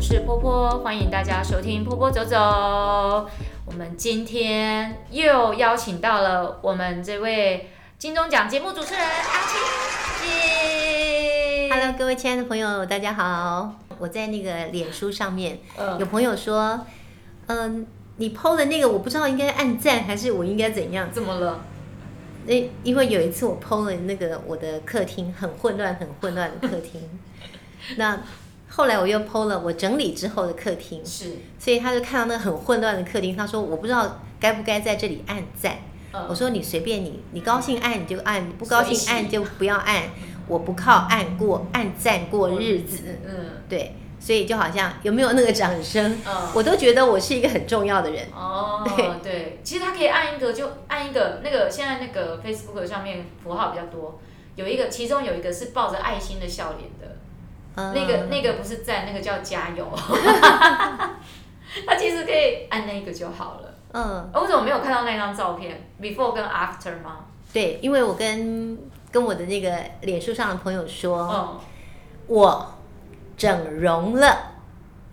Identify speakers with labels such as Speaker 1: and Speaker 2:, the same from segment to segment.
Speaker 1: 是波波，欢迎大家收听波波走走。我们今天又邀请到了我们这位金钟奖节目主持人阿青姐。
Speaker 2: Hello，各位亲爱的朋友，大家好。我在那个脸书上面
Speaker 1: 呃
Speaker 2: 有朋友说，嗯、你 PO 的那个我不知道应该按赞还是我应该怎样。
Speaker 1: 怎么了？
Speaker 2: 那因为有一次我 PO 了那个我的客厅很混乱、很混乱的客 厅，那后来我又 PO 了我整理之后的客厅，
Speaker 1: 是，
Speaker 2: 所以他就看到那很混乱的客厅，他说我不知道该不该在这里按赞。
Speaker 1: 呃
Speaker 2: 我说你随便你，你高兴按你就按，你不高
Speaker 1: 随
Speaker 2: 兴
Speaker 1: 性
Speaker 2: 按就不要按。我不靠按过按赞过日子，
Speaker 1: 嗯，
Speaker 2: 对，所以就好像有没有那个掌声，
Speaker 1: 呃，
Speaker 2: 我都觉得我是一个很重要的人。
Speaker 1: 哦，对，其实它可以按一个就按一个，那个现在那个 Facebook 上面符号比较多，有一个，其中有一个是抱着爱心的笑脸的，
Speaker 2: 嗯
Speaker 1: 那个那个不是赞，那个叫加 油。他其实可以按那个就好了。
Speaker 2: 嗯，
Speaker 1: 哦我怎么没有看到那张照片？Before 跟 After 吗？
Speaker 2: 对，因为我跟跟我的那个脸书上的朋友说，
Speaker 1: 哦
Speaker 2: 我整容了，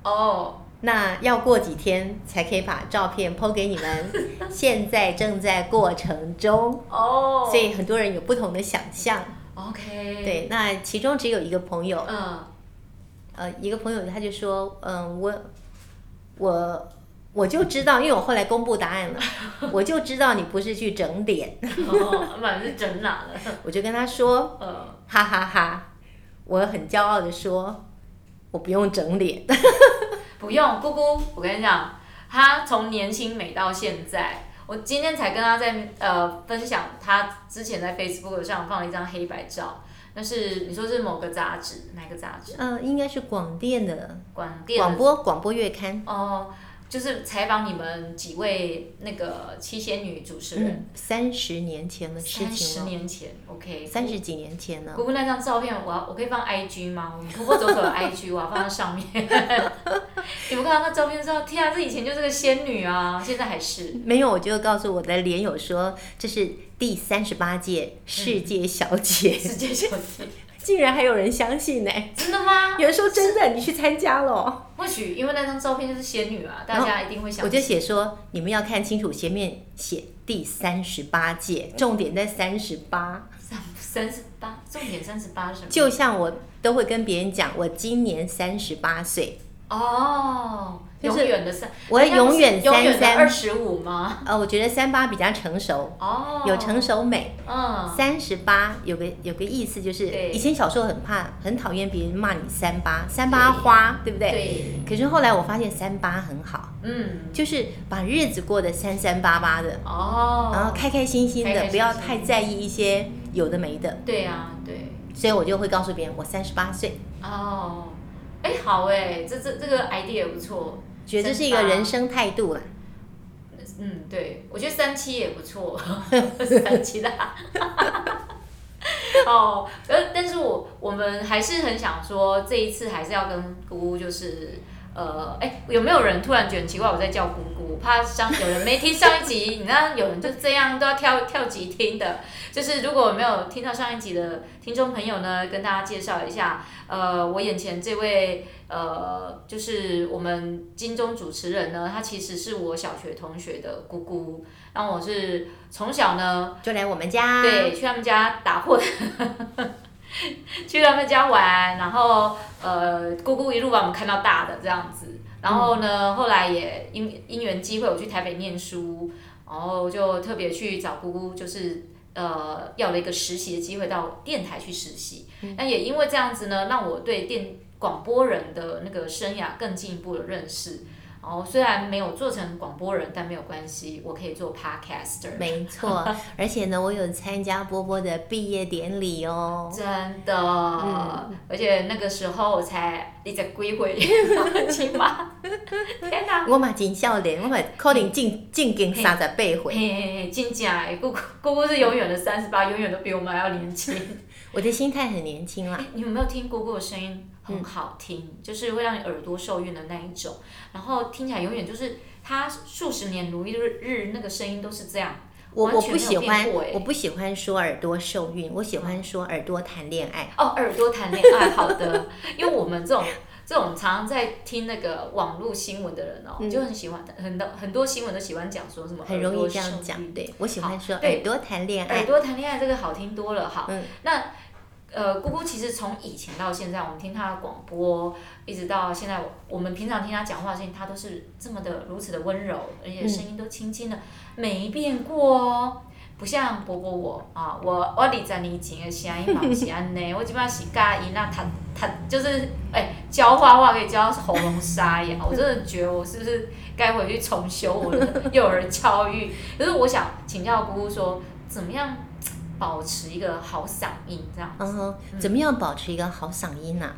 Speaker 1: 哦，
Speaker 2: 那要过几天才可以把照片 PO 给你 们，现在正在过程中，
Speaker 1: 哦，
Speaker 2: 所以很多人有不同的想象。
Speaker 1: OK，，
Speaker 2: 对，那其中只有一个朋友，
Speaker 1: 嗯
Speaker 2: 呃，一个朋友他就说，嗯，我我我就知道，因为我后来公布答案了，我就知道你不是去整脸，
Speaker 1: 哦，反正是整哪了？
Speaker 2: 我就跟他说，
Speaker 1: 呃，
Speaker 2: 哈哈哈我很骄傲的说，我不用整脸，
Speaker 1: 不用，姑姑，我跟你讲，他从年轻美到现在。我今天才跟他在呃分享，他之前在 Facebook 上放了一张黑白照，那是你说是某个杂志，哪个杂志？
Speaker 2: 呃，应该是广电的
Speaker 1: 广电的
Speaker 2: 广播广播月刊，
Speaker 1: 哦，就是采访你们几位那个七仙女主持人，
Speaker 2: 嗯，三十年前的事
Speaker 1: 三十
Speaker 2: 情了，
Speaker 1: 年前，OK，
Speaker 2: 三十几年前了
Speaker 1: 姑。姑那张照片，我要我可以放 IG 吗？我们婆婆走 走的 IG，我要放在上面。 你们看到那照片之后，天啊，这以前就是个仙女啊，现在还是。
Speaker 2: 没有，我就告诉我的连友说，这是第三十八届世界小姐，
Speaker 1: 世界小姐，
Speaker 2: 竟然还有人相信呢、
Speaker 1: 真的吗？
Speaker 2: 有人说真的，你去参加了。
Speaker 1: 或许因为那张照片就是仙女啊，大
Speaker 2: 然后
Speaker 1: 家一定会想。
Speaker 2: 我就写说，你们要看清楚，前面写第三十八届，重点在三十八。
Speaker 1: 三三十八，重点三十八什么？
Speaker 2: 就像我都会跟别人讲，我今年三十八岁，
Speaker 1: 哦，
Speaker 2: 就
Speaker 1: 永
Speaker 2: 是
Speaker 1: 远的三，
Speaker 2: 我永远
Speaker 1: 永
Speaker 2: 三
Speaker 1: 远的
Speaker 2: 三
Speaker 1: 二。十五吗？
Speaker 2: 呃，我觉得三八比较成熟，
Speaker 1: 哦，
Speaker 2: 有成熟美。
Speaker 1: 嗯，
Speaker 2: 三十八有个有个意思就是
Speaker 1: 对，
Speaker 2: 以前小时候很怕，很讨厌别人骂你三八，三八花，对不对？
Speaker 1: 对，
Speaker 2: 可是后来我发现三八很好，
Speaker 1: 嗯，
Speaker 2: 就是把日子过得三三八八的。
Speaker 1: 哦，
Speaker 2: 然后开开心心
Speaker 1: 开开心心
Speaker 2: 的，不要太在意一些有的没的。
Speaker 1: 对啊，对，
Speaker 2: 所以我就会告诉别人，我三十八岁，
Speaker 1: 哦，哎，好哎，这这这个 idea 不错，
Speaker 2: 觉得这是一个人生态度啊啦。
Speaker 1: 嗯，对，我觉得三七也不错，三七的。 哦，呃，但是我我们还是很想说，这一次还是要跟姑姑就是，呃，哎，有没有人突然觉得很奇怪？我在叫姑姑，怕上有人没听上一集，你看有人就这样都要跳跳级听的。就是如果没有听到上一集的听众朋友呢，跟大家介绍一下，呃，我眼前这位呃，就是我们金钟主持人呢，她其实是我小学同学的姑姑，然后我是从小呢
Speaker 2: 就来我们家，
Speaker 1: 对，去他们家打混， 去他们家玩，然后呃，姑姑一路把我们看到大的这样子。然后呢，后来也因因缘机会，我去台北念书，然后就特别去找姑姑，就是呃要了一个实习的机会到电台去实习。那、也因为这样子呢，让我对电广播人的那个生涯更进一步的认识。然后虽然没有做成广播人，但没有关系，我可以做 podcaster。
Speaker 2: 没错。 而且呢，我有参加波波的毕业典礼哦。
Speaker 1: 真的，而且那个时候我才一直归回亲妈，天哪！
Speaker 2: 我嘛真笑脸，我嘛可能进进京三十八
Speaker 1: 嘿
Speaker 2: 回。
Speaker 1: 嘿嘿，真假哎，姑姑姑姑是永远的三十八，永远都比我们还要年轻。
Speaker 2: 我的心态很年轻哦啦。
Speaker 1: 哎你有没有听姑姑的声音？很好听，就是会让你耳朵受孕的那一种，然后听起来永远就是她数十年如一日日那个声音都是这样。
Speaker 2: 我
Speaker 1: 完
Speaker 2: 我
Speaker 1: 全没
Speaker 2: 不
Speaker 1: 有
Speaker 2: 喜欢
Speaker 1: 变过欸，
Speaker 2: 我不喜欢说耳朵受孕，我喜欢说耳朵谈恋爱。
Speaker 1: 哦，耳朵谈恋爱，好的，因为我们这种这种常常在听那个网络新闻的人哦，
Speaker 2: 嗯
Speaker 1: 就很喜欢很多很多新闻都喜欢讲说什哦么
Speaker 2: 很容
Speaker 1: 耳朵
Speaker 2: 易这样
Speaker 1: 受
Speaker 2: 讲。
Speaker 1: 孕
Speaker 2: 对我喜欢说
Speaker 1: 好对
Speaker 2: 耳朵谈恋
Speaker 1: 耳
Speaker 2: 爱，
Speaker 1: 朵谈恋爱这个好听多了，好，
Speaker 2: 嗯
Speaker 1: 那呃，姑姑其实从以前到现在，我们听她的广播，一直到现在，我我们平常听她讲话的声音，她都是这么的如此的温柔，而且
Speaker 2: 嗯
Speaker 1: 声音都清清的，没变过哦。不像伯伯我啊，我我二十年前的啊声音嘛不是安尼，我基本上是甲伊那他他就是哎、教画画可以教到喉咙沙 哑，我真的觉得我是不是该回去重修我的幼儿教育？ 可是我想请教姑姑说，怎么样保持一个好嗓音这样
Speaker 2: 嗯
Speaker 1: 子？
Speaker 2: 哼，怎么样保持一个好嗓音啊？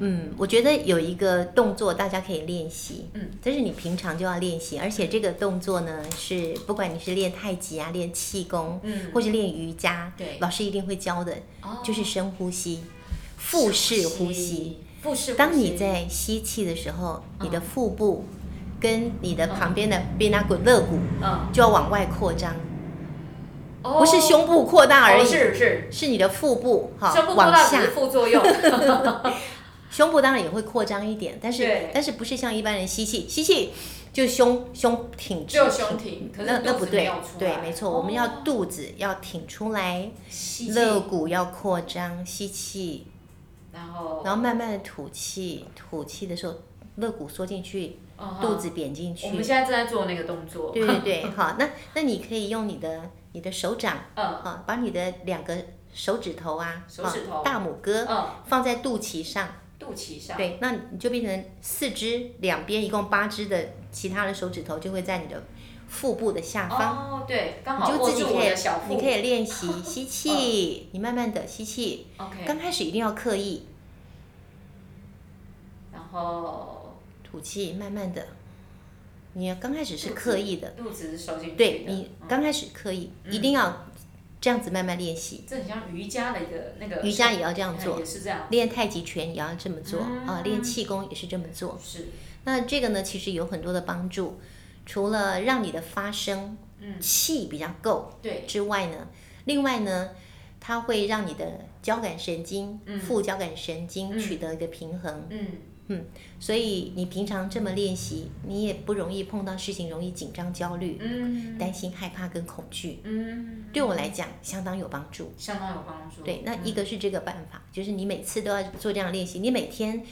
Speaker 2: 嗯，我觉得有一个动作大家可以练习，
Speaker 1: 嗯，
Speaker 2: 这是你平常就要练习，而且这个动作呢是不管你是练太极啊、练气功，
Speaker 1: 嗯，
Speaker 2: 或是练瑜伽，
Speaker 1: 对
Speaker 2: 老师一定会教的，
Speaker 1: 哦
Speaker 2: 就是深呼吸、腹式呼吸。，
Speaker 1: 腹式呼吸。
Speaker 2: 当你在吸气的时候，
Speaker 1: 嗯
Speaker 2: 你的腹部跟你的旁边的边那骨肋骨
Speaker 1: 嗯，
Speaker 2: 就要往外扩张，
Speaker 1: 哦
Speaker 2: 不是胸部扩大而
Speaker 1: 哦
Speaker 2: 已，
Speaker 1: 是是，
Speaker 2: 是你的腹部哈
Speaker 1: 胸部扩
Speaker 2: 往
Speaker 1: 大只
Speaker 2: 下
Speaker 1: 是，副作用，
Speaker 2: 胸部当然也会扩张一点，但是
Speaker 1: 对
Speaker 2: 但是不是像一般人吸气，吸气就胸胸 挺
Speaker 1: 只
Speaker 2: 直。
Speaker 1: 有胸挺，可
Speaker 2: 那
Speaker 1: 是
Speaker 2: 那
Speaker 1: 肚
Speaker 2: 不
Speaker 1: 子没
Speaker 2: 对
Speaker 1: 有出来。，哦
Speaker 2: 对，没错，我们要肚子要挺出来，
Speaker 1: 吸气，
Speaker 2: 肋骨要扩张，吸气，
Speaker 1: 然后
Speaker 2: 然后慢慢的吐气，吐气的时候肋骨缩进去，
Speaker 1: 嗯哼
Speaker 2: 肚子扁进去
Speaker 1: 我。们现在正在做那个动作，
Speaker 2: 对对 对，好，那那你可以用你的你的手掌
Speaker 1: 嗯
Speaker 2: 啊，把你的两个手指头啊，
Speaker 1: 手指头
Speaker 2: 啊大拇哥
Speaker 1: 嗯，
Speaker 2: 放在肚脐上，
Speaker 1: 肚脐上，
Speaker 2: 对，那你就变成四只，两边一共八只的其他的手指头就会在你的腹部的下方，
Speaker 1: 哦，对，刚
Speaker 2: 你
Speaker 1: 好
Speaker 2: 就
Speaker 1: 握
Speaker 2: 自己
Speaker 1: 住
Speaker 2: 可
Speaker 1: 我
Speaker 2: 以
Speaker 1: 的小，腹哦
Speaker 2: 你可以练习吸 气，你慢慢的吸气，
Speaker 1: ，OK，
Speaker 2: 刚开始一定要刻意
Speaker 1: 然后
Speaker 2: 吐气，慢慢的，你刚开始是
Speaker 1: 肚子
Speaker 2: 刻意的，
Speaker 1: 肚子是收进去的，
Speaker 2: 对你
Speaker 1: 嗯
Speaker 2: 刚开始刻意，
Speaker 1: 嗯
Speaker 2: 一定要这样子慢慢练习。
Speaker 1: 这很像瑜伽的一个那个
Speaker 2: 瑜伽也要这
Speaker 1: 这
Speaker 2: 样做
Speaker 1: 也，是这样，
Speaker 2: 练太极拳也要这么做
Speaker 1: 嗯
Speaker 2: 啊，练气功也是这么做。
Speaker 1: 是，
Speaker 2: 那这个呢，其实有很多的帮助，除了让你的发声
Speaker 1: 嗯，
Speaker 2: 气比较够
Speaker 1: 对，
Speaker 2: 之外呢，另外呢，它会让你的交感神经、
Speaker 1: 嗯
Speaker 2: 副交感神经
Speaker 1: 嗯
Speaker 2: 取得一个平衡。
Speaker 1: 嗯，
Speaker 2: 所以你平常这么练习，你也不容易碰到事情容易紧张、焦虑、
Speaker 1: 嗯，
Speaker 2: 担心、害怕跟恐惧。
Speaker 1: 嗯，
Speaker 2: 对我来讲，相当有帮助。
Speaker 1: 相当有帮助。
Speaker 2: 对，那
Speaker 1: 嗯
Speaker 2: 一个是这个办法，就是你每次都要做这样的练习，你每天，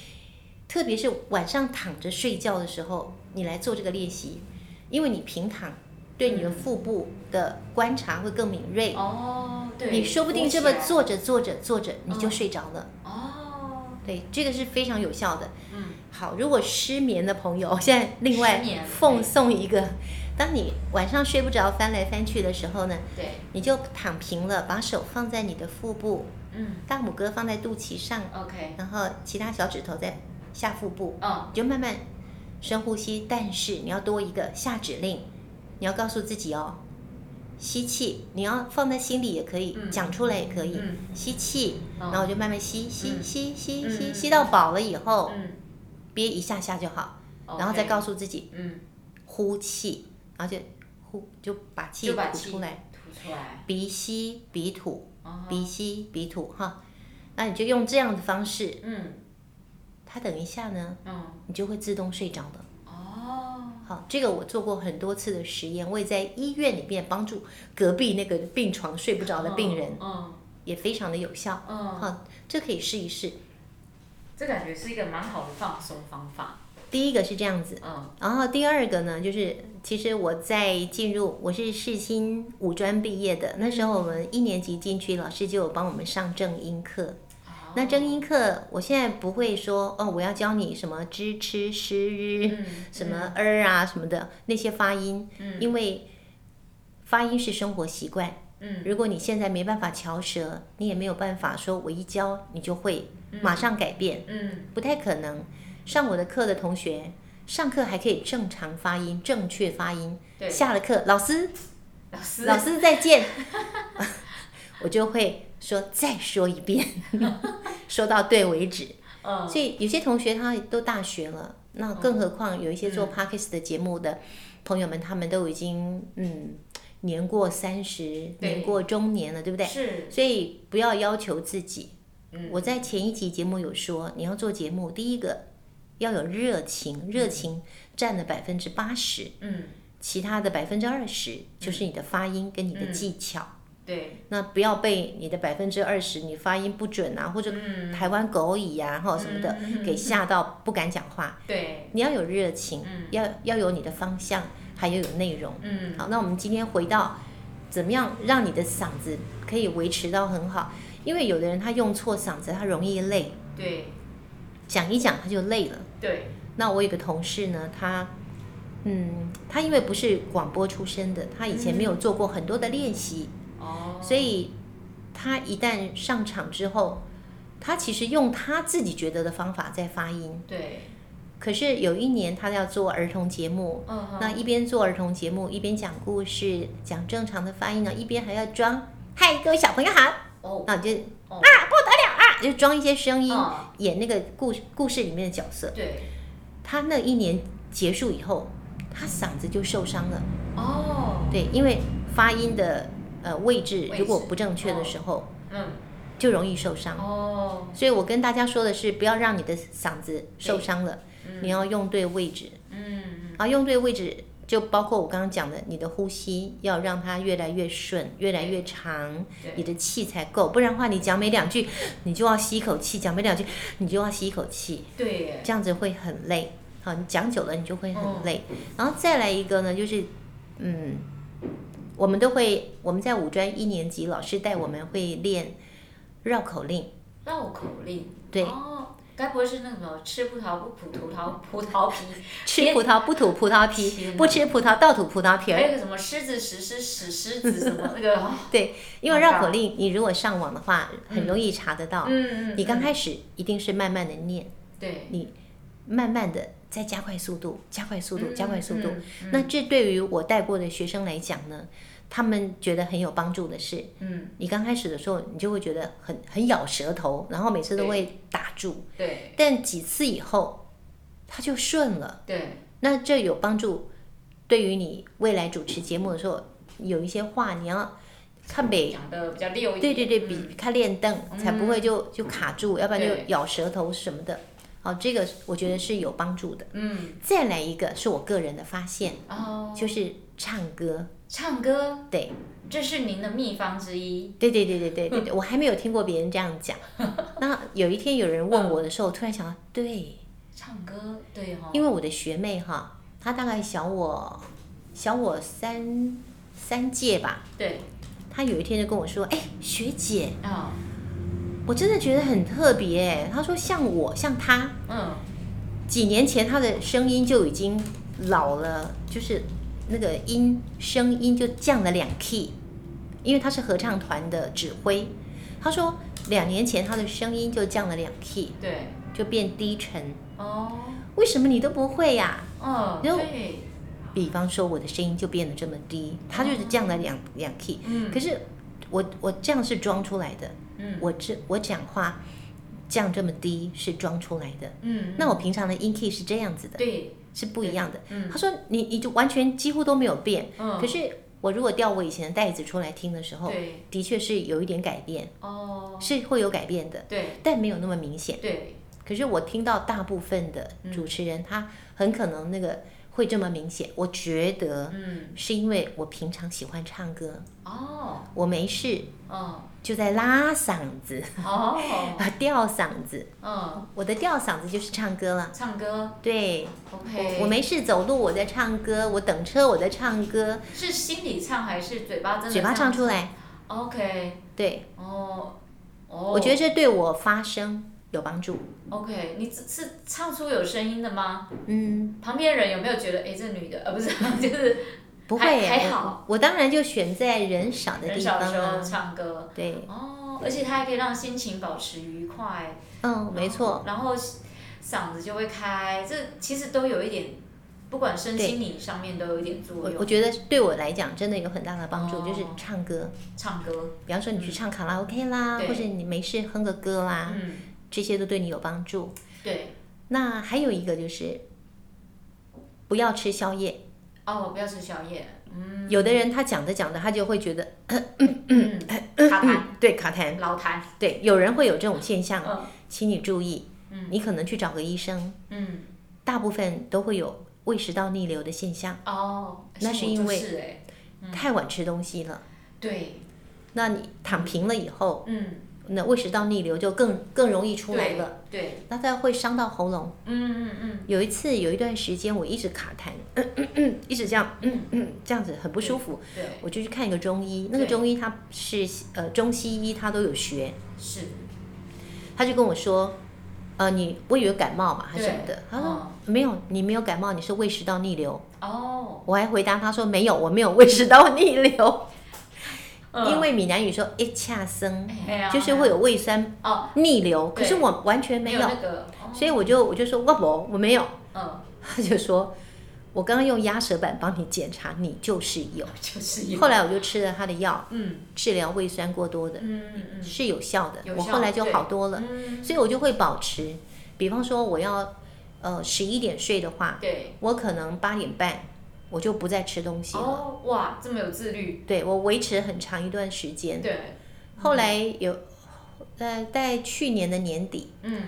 Speaker 2: 特别是晚上躺着睡觉的时候，你来做这个练习，因为你平躺，对你的
Speaker 1: 嗯
Speaker 2: 腹部的观察会更敏锐。
Speaker 1: 哦，对，
Speaker 2: 你说不定
Speaker 1: 扶起
Speaker 2: 这么
Speaker 1: 来
Speaker 2: 坐着坐着坐着你就
Speaker 1: 嗯
Speaker 2: 睡着了，
Speaker 1: 哦，
Speaker 2: 对，这个是非常有效的。
Speaker 1: 嗯，
Speaker 2: 好，如果失眠的朋友，现在另外
Speaker 1: 失眠
Speaker 2: 奉送一个，当你晚上睡不着翻来翻去的时候呢，
Speaker 1: 对，
Speaker 2: 你就躺平了，把手放在你的腹部，
Speaker 1: 嗯
Speaker 2: 大拇哥放在肚脐上，
Speaker 1: ，OK，
Speaker 2: 然后其他小指头在下腹部，
Speaker 1: 嗯，
Speaker 2: 你就慢慢深呼吸。但是你要多一个下指令，你要告诉自己哦，吸气，你要放在心里也可以，
Speaker 1: 嗯
Speaker 2: 讲出来也可以。
Speaker 1: 嗯
Speaker 2: 吸气，
Speaker 1: 嗯
Speaker 2: 然后我就慢慢吸，吸
Speaker 1: 嗯
Speaker 2: 吸吸
Speaker 1: 嗯
Speaker 2: 吸，
Speaker 1: 嗯
Speaker 2: 吸到饱了以后，
Speaker 1: 嗯，
Speaker 2: 憋一下下就好，
Speaker 1: OK
Speaker 2: 然后再告诉自己
Speaker 1: 嗯，
Speaker 2: 呼气，然后就呼就把气
Speaker 1: 就把
Speaker 2: 吐
Speaker 1: 气
Speaker 2: 出来，
Speaker 1: 吐出来，
Speaker 2: 鼻吸鼻吐，
Speaker 1: 哦，
Speaker 2: 鼻吸鼻吐哈。那你就用这样的方式，
Speaker 1: 嗯
Speaker 2: 它等一下呢，
Speaker 1: 嗯，
Speaker 2: 你就会自动睡着的。
Speaker 1: 哦，
Speaker 2: 好，这个我做过很多次的实验，我也在医院里面帮助隔壁那个病床睡不着的病人，
Speaker 1: 嗯
Speaker 2: 也非常的有效。
Speaker 1: 嗯嗯，
Speaker 2: 好，这可以试一试。
Speaker 1: 这感觉是一个蛮好的放松方法。
Speaker 2: 第一个是这样子，
Speaker 1: 嗯
Speaker 2: 然后第二个呢，就是其实我在进入我是世新五专毕业的，那时候我们一年级进去，老师就有帮我们上正音课。
Speaker 1: 好
Speaker 2: 那正音课，我现在不会说哦，我要教你什么知吃诗日。
Speaker 1: 嗯
Speaker 2: 什么儿啊什么的那些发音，
Speaker 1: 嗯
Speaker 2: 因为发音是生活习惯。
Speaker 1: 嗯
Speaker 2: 如果你现在没办法翘舌，你也没有办法说我一教你就会马上改变，
Speaker 1: 嗯
Speaker 2: 不太可能。上我的课的同学，上课还可以正常发音、正确发音，
Speaker 1: 对
Speaker 2: 下了课老师
Speaker 1: 老师
Speaker 2: 老师再见， 我就会说再说 一遍，说到对为止。
Speaker 1: 嗯
Speaker 2: 所以有些同学他都大学了，那更何况有一些
Speaker 1: 嗯
Speaker 2: 做 podcast 的节目的朋友们，他们都已经嗯年过三十，
Speaker 1: 对
Speaker 2: 年过中年了，对不对？
Speaker 1: 是
Speaker 2: 所以不要要求自己。
Speaker 1: 嗯
Speaker 2: 我在前一集节目有说，你要做节目，第一个要有热情，热情占了百分之八十，
Speaker 1: 嗯，
Speaker 2: 其他的百分之二十就是你的发音跟你的
Speaker 1: 嗯
Speaker 2: 技巧。
Speaker 1: 对，
Speaker 2: 那不要被你的百分之二十你发音不准啊，或者
Speaker 1: 嗯，
Speaker 2: 台湾狗语呀、哈什么的，
Speaker 1: 嗯
Speaker 2: 给吓到不敢讲话。
Speaker 1: 对，
Speaker 2: 你要有热情，
Speaker 1: 嗯
Speaker 2: 要要有你的方向，还要有内容。
Speaker 1: 嗯，
Speaker 2: 好，那我们今天回到怎么样让你的嗓子可以维持到很好，因为有的人他用错嗓子，他容易累，
Speaker 1: 对，
Speaker 2: 讲一讲他就累了。
Speaker 1: 对，
Speaker 2: 那我有个同事呢，他嗯，他因为不是广播出身的，他以前没有做过很多的练习，
Speaker 1: 嗯哦，
Speaker 2: 所以他一旦上场之后，他其实用他自己觉得的方法在发音。
Speaker 1: 对，
Speaker 2: 可是有一年他要做儿童节目，
Speaker 1: 嗯哼，
Speaker 2: 那一边做儿童节目，一边讲故事，讲正常的发音呢，一边还要装嗨，各位小朋友好，
Speaker 1: 哦，
Speaker 2: 那你就
Speaker 1: 哦，
Speaker 2: 啊就装一些声音，
Speaker 1: 嗯
Speaker 2: 演那个故事故事里面的角色。
Speaker 1: 对，
Speaker 2: 他那一年结束以后，他嗓子就受伤了，
Speaker 1: 哦，
Speaker 2: 对，因为发音的呃位置
Speaker 1: 位置
Speaker 2: 如果不正确的时候，
Speaker 1: 嗯，
Speaker 2: 就容易受伤。
Speaker 1: 哦，
Speaker 2: 所以我跟大家说的是，不要让你的嗓子受伤了，你要用对位置。
Speaker 1: 嗯，
Speaker 2: 啊，用对位置就包括我刚刚讲的，你的呼吸要让它越来越顺，越来越长，你
Speaker 1: 对，
Speaker 2: 的气才够，不然的话你讲没两句，你就要吸一口气，讲没两句你就要吸一口气，
Speaker 1: 对耶，
Speaker 2: 这样子会很累。好，你讲久了你就会很累。
Speaker 1: 嗯
Speaker 2: 然后再来一个呢，就是嗯，我们都会我们在五专一年级，老师带我们会练绕口令，
Speaker 1: 绕口令，
Speaker 2: 对
Speaker 1: 哦，该不会是那个什么吃葡萄不吐葡萄葡萄皮，
Speaker 2: 吃葡萄不吐葡萄皮，
Speaker 1: 天
Speaker 2: 不吃葡萄倒吐葡萄皮儿
Speaker 1: 还。有个什么狮子石狮屎狮子什么那 个，哦
Speaker 2: 对，因为
Speaker 1: 好
Speaker 2: 绕口
Speaker 1: 吧
Speaker 2: 令，你如果上网的话，很容易查得到。
Speaker 1: 嗯嗯，
Speaker 2: 你刚
Speaker 1: 嗯
Speaker 2: 开始一定是慢慢的念，
Speaker 1: 对，
Speaker 2: 慢慢的再加快速度，加快速度，加快速度。
Speaker 1: 嗯，嗯
Speaker 2: 那这对于我带过的学生来讲呢，他们觉得很有帮助的是，
Speaker 1: 嗯，
Speaker 2: 你刚开始的时候，你就会觉得很很咬舌头，然后每次都会打住，
Speaker 1: 对
Speaker 2: 但几次以后，它就顺了。
Speaker 1: 对，
Speaker 2: 那这有帮助，对于你未来主持节目的时候，有一些话你要看北
Speaker 1: 讲的比较溜一
Speaker 2: 对
Speaker 1: 点，
Speaker 2: 对对，
Speaker 1: 嗯
Speaker 2: 比看练凳、才不会就就卡住，要不然就
Speaker 1: 对
Speaker 2: 咬舌头什么的。好，这个我觉得是有帮助的。
Speaker 1: 嗯，
Speaker 2: 再来一个是我个人的发现，
Speaker 1: 哦，嗯
Speaker 2: 就是唱歌。
Speaker 1: 唱歌，
Speaker 2: 对，
Speaker 1: 这是您的秘方之一，
Speaker 2: 对对对对对 对对，我还没有听过别人这样讲。那有一天有人问我的时候，我突然想到，对，
Speaker 1: 唱歌，对哦，
Speaker 2: 因为我的学妹哈，她大概小我小我三三届吧，
Speaker 1: 对，
Speaker 2: 她有一天就跟我说，哎，学姐，
Speaker 1: 啊，
Speaker 2: 我真的觉得很特别哎。她说像我像她。
Speaker 1: 嗯，
Speaker 2: 几年前他的声音就已经老了，就是那个音声音就降了两 key，因为他是合唱团的指挥。他说两年前他的声音就降了两 key，
Speaker 1: 对，
Speaker 2: 就变低沉。
Speaker 1: 哦，
Speaker 2: 为什么你都不会呀、
Speaker 1: 嗯，
Speaker 2: 然后
Speaker 1: 对，
Speaker 2: 比方说我的声音就变得这么低，他就是降了两两 key。
Speaker 1: 嗯，
Speaker 2: 可是我我这样是装出来的，
Speaker 1: 嗯
Speaker 2: 我这我讲话降这么低是装出来的。
Speaker 1: 嗯，
Speaker 2: 那我平常的音 key 是这样子的，
Speaker 1: 对，
Speaker 2: 是不一样的。
Speaker 1: 嗯
Speaker 2: 他说你你就完全几乎都没有变，
Speaker 1: 嗯，
Speaker 2: 可是我如果调我以前的袋子出来听的时候，
Speaker 1: 对，
Speaker 2: 的确是有一点改变，
Speaker 1: 哦，
Speaker 2: 是会有改变的，
Speaker 1: 对
Speaker 2: 但没有那么明显。
Speaker 1: 对，
Speaker 2: 可是我听到大部分的
Speaker 1: 嗯
Speaker 2: 主持人，他很可能那个会这么明显。我觉得
Speaker 1: 嗯，
Speaker 2: 是因为我平常喜欢唱歌，
Speaker 1: 哦，
Speaker 2: 我没事
Speaker 1: 嗯，
Speaker 2: 就在拉嗓子、
Speaker 1: 哦，
Speaker 2: 吊嗓子，
Speaker 1: 嗯，
Speaker 2: 我的吊嗓子就是唱歌了。
Speaker 1: 唱歌
Speaker 2: 对，
Speaker 1: 哦，OK，
Speaker 2: 我我没事走路我在唱歌，我等车我在唱歌，
Speaker 1: 是心里唱还是嘴啊巴真的
Speaker 2: 嘴巴唱出来。
Speaker 1: ？OK，
Speaker 2: 对，
Speaker 1: 哦，哦，
Speaker 2: 我觉得这对我发声有帮助。
Speaker 1: OK，你只是唱出有声音的吗？
Speaker 2: 嗯，
Speaker 1: 旁边人有没有觉得，哎，这女的，呃，不是， 就是
Speaker 2: 不会耶，
Speaker 1: 还还好
Speaker 2: 我。我当然就选在人少的
Speaker 1: 很
Speaker 2: 地
Speaker 1: 小
Speaker 2: 方
Speaker 1: 的时候
Speaker 2: 啊。
Speaker 1: 唱歌，
Speaker 2: 对，
Speaker 1: 哦，而且它还可以让心情保持愉快，
Speaker 2: 嗯，没错，
Speaker 1: 然后嗓子就会开，这其实都有一点，不管身心灵上面都有一点作
Speaker 2: 我我
Speaker 1: 用。
Speaker 2: 觉得对我来讲真的有很大的帮助，
Speaker 1: 哦
Speaker 2: 就是唱歌。
Speaker 1: 唱歌，
Speaker 2: 比方说你去唱卡拉 OK 啦，
Speaker 1: 对
Speaker 2: 或者你没事哼个歌啦，
Speaker 1: 嗯，
Speaker 2: 这些都对你有帮助。
Speaker 1: 对，
Speaker 2: 那还有一个就是。不要吃宵夜。
Speaker 1: 哦，不要吃宵夜，
Speaker 2: 有的人他讲着讲着，他就会觉得
Speaker 1: 嗯，卡痰，
Speaker 2: 对卡痰，
Speaker 1: 老痰，
Speaker 2: 对，有人会有这种现象，
Speaker 1: 嗯
Speaker 2: 请你注意。
Speaker 1: 嗯
Speaker 2: 你可能去找个医生，
Speaker 1: 嗯，
Speaker 2: 大部分都会有胃食道逆流的现象，
Speaker 1: 哦，
Speaker 2: 那是因为
Speaker 1: 像我就是哎，
Speaker 2: 太晚吃东西了。
Speaker 1: 对，
Speaker 2: 那你躺平了以后，
Speaker 1: 嗯，
Speaker 2: 那胃食道逆流就更更容易出来了，
Speaker 1: 对，
Speaker 2: 那它会伤到喉咙。
Speaker 1: 嗯嗯嗯，
Speaker 2: 有一次有一段时间我一直卡痰， 一直这样，这样子很不舒服，
Speaker 1: 对，
Speaker 2: 我就去看一个中医，那个
Speaker 1: 对
Speaker 2: 中医他是呃中西医他都有学，
Speaker 1: 是，
Speaker 2: 他就跟我说，呃你我以为感冒嘛哦还是什么
Speaker 1: 对
Speaker 2: 的，哦他说、
Speaker 1: 嗯
Speaker 2: 没有，你没有感冒，你是胃食道逆流。
Speaker 1: 哦，
Speaker 2: 我还回答他说没有，我没有胃食道逆流，
Speaker 1: 嗯
Speaker 2: 因为闽南语说一恰生，
Speaker 1: 哎呀
Speaker 2: 嗯就是会有胃酸
Speaker 1: 哦，
Speaker 2: 逆流，可
Speaker 1: 对
Speaker 2: 是我完全没有，
Speaker 1: 那个，哦
Speaker 2: 所以我就我就说我不我没有，
Speaker 1: 嗯，
Speaker 2: 他就说我刚刚用压舌板帮你检查，你就是有。
Speaker 1: 就是有，
Speaker 2: 后来我就吃了他的药，
Speaker 1: 嗯
Speaker 2: 治疗胃酸过多的、
Speaker 1: 嗯嗯
Speaker 2: 是有效的，
Speaker 1: 有
Speaker 2: 我
Speaker 1: 效
Speaker 2: 后来就好多了，
Speaker 1: 嗯，
Speaker 2: 所以我就会保持，比方说我要呃十一点睡的话，
Speaker 1: 对，
Speaker 2: 我可能八点半我就不再吃东西了，
Speaker 1: 哦，哇，这么有自律，
Speaker 2: 对我维持很长一段时间。
Speaker 1: 对，
Speaker 2: 后来有呃在去年的年底。
Speaker 1: 嗯，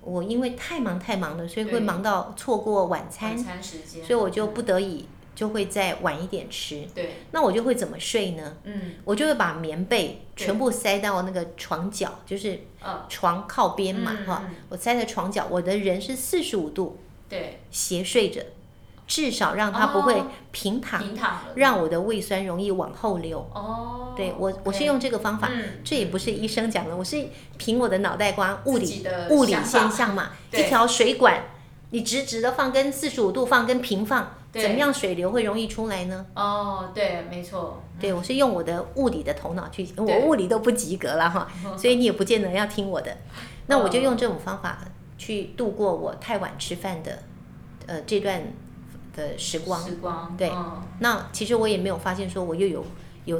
Speaker 2: 我因为太忙太忙了，所以会
Speaker 1: 对
Speaker 2: 忙到错过晚餐
Speaker 1: 晚，餐时间，
Speaker 2: 所以我就不得已就会再晚一点吃。
Speaker 1: 对，
Speaker 2: 那我就会怎么睡呢？
Speaker 1: 嗯
Speaker 2: 我就会把棉被全部塞到那个床角，就是
Speaker 1: 呃，
Speaker 2: 床靠边嘛，
Speaker 1: 嗯
Speaker 2: 哈、
Speaker 1: 嗯
Speaker 2: 我塞在床角，我的人是四十五度
Speaker 1: 对，
Speaker 2: 斜睡着，至少让它不会
Speaker 1: 哦
Speaker 2: 平躺，
Speaker 1: 平躺了，
Speaker 2: 让我的胃酸容易往后流。
Speaker 1: 哦，
Speaker 2: 对我，我是
Speaker 1: OK
Speaker 2: 用这个方法。
Speaker 1: 嗯
Speaker 2: 这也不是医生讲的，我是凭我的脑袋瓜物
Speaker 1: 自
Speaker 2: 理
Speaker 1: 己的
Speaker 2: 物理
Speaker 1: 想法
Speaker 2: 现象嘛，
Speaker 1: 对
Speaker 2: 一条水管，你直直的放跟四十五度放跟平放，
Speaker 1: 对
Speaker 2: 怎么样水流会容易出来呢？
Speaker 1: 哦，对，没错，
Speaker 2: 对，我是用我的物理的头脑去，我
Speaker 1: 嗯对
Speaker 2: 物理都不及格 了哈，所以你也不见得要听我的。那我就
Speaker 1: 哦
Speaker 2: 用这种方法去度过我太晚吃饭的，呃，这段的时光。
Speaker 1: 时光，
Speaker 2: 对
Speaker 1: 嗯
Speaker 2: 那其实我也没有发现说我又有有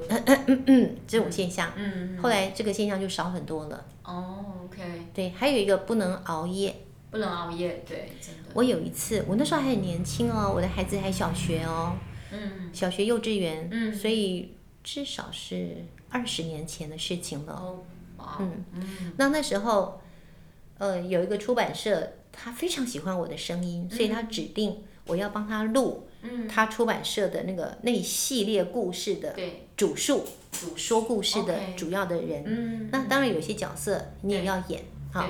Speaker 2: 这种现象，
Speaker 1: 嗯，嗯
Speaker 2: 后来这个现象就少很多了。
Speaker 1: 哦，OK，
Speaker 2: 对，还有一个不能熬夜。
Speaker 1: 不能熬夜，对，真的，
Speaker 2: 我有一次，我那时候还很年轻哦，我的孩子还小学哦，
Speaker 1: 嗯
Speaker 2: 小学幼稚园，
Speaker 1: 嗯
Speaker 2: 所以至少是二十年前的事情了。
Speaker 1: 哦，哇，
Speaker 2: 嗯
Speaker 1: 嗯
Speaker 2: 那那时候，呃，有一个出版社，他非常喜欢我的声音，所以他指定我要帮他录
Speaker 1: 嗯，
Speaker 2: 他出版社的那个那一系列故事的
Speaker 1: 对，
Speaker 2: 主述，
Speaker 1: 主
Speaker 2: 说故事的
Speaker 1: OK
Speaker 2: 主要的人。
Speaker 1: 嗯，
Speaker 2: 那当然有些角色你也要演
Speaker 1: 对
Speaker 2: 哈，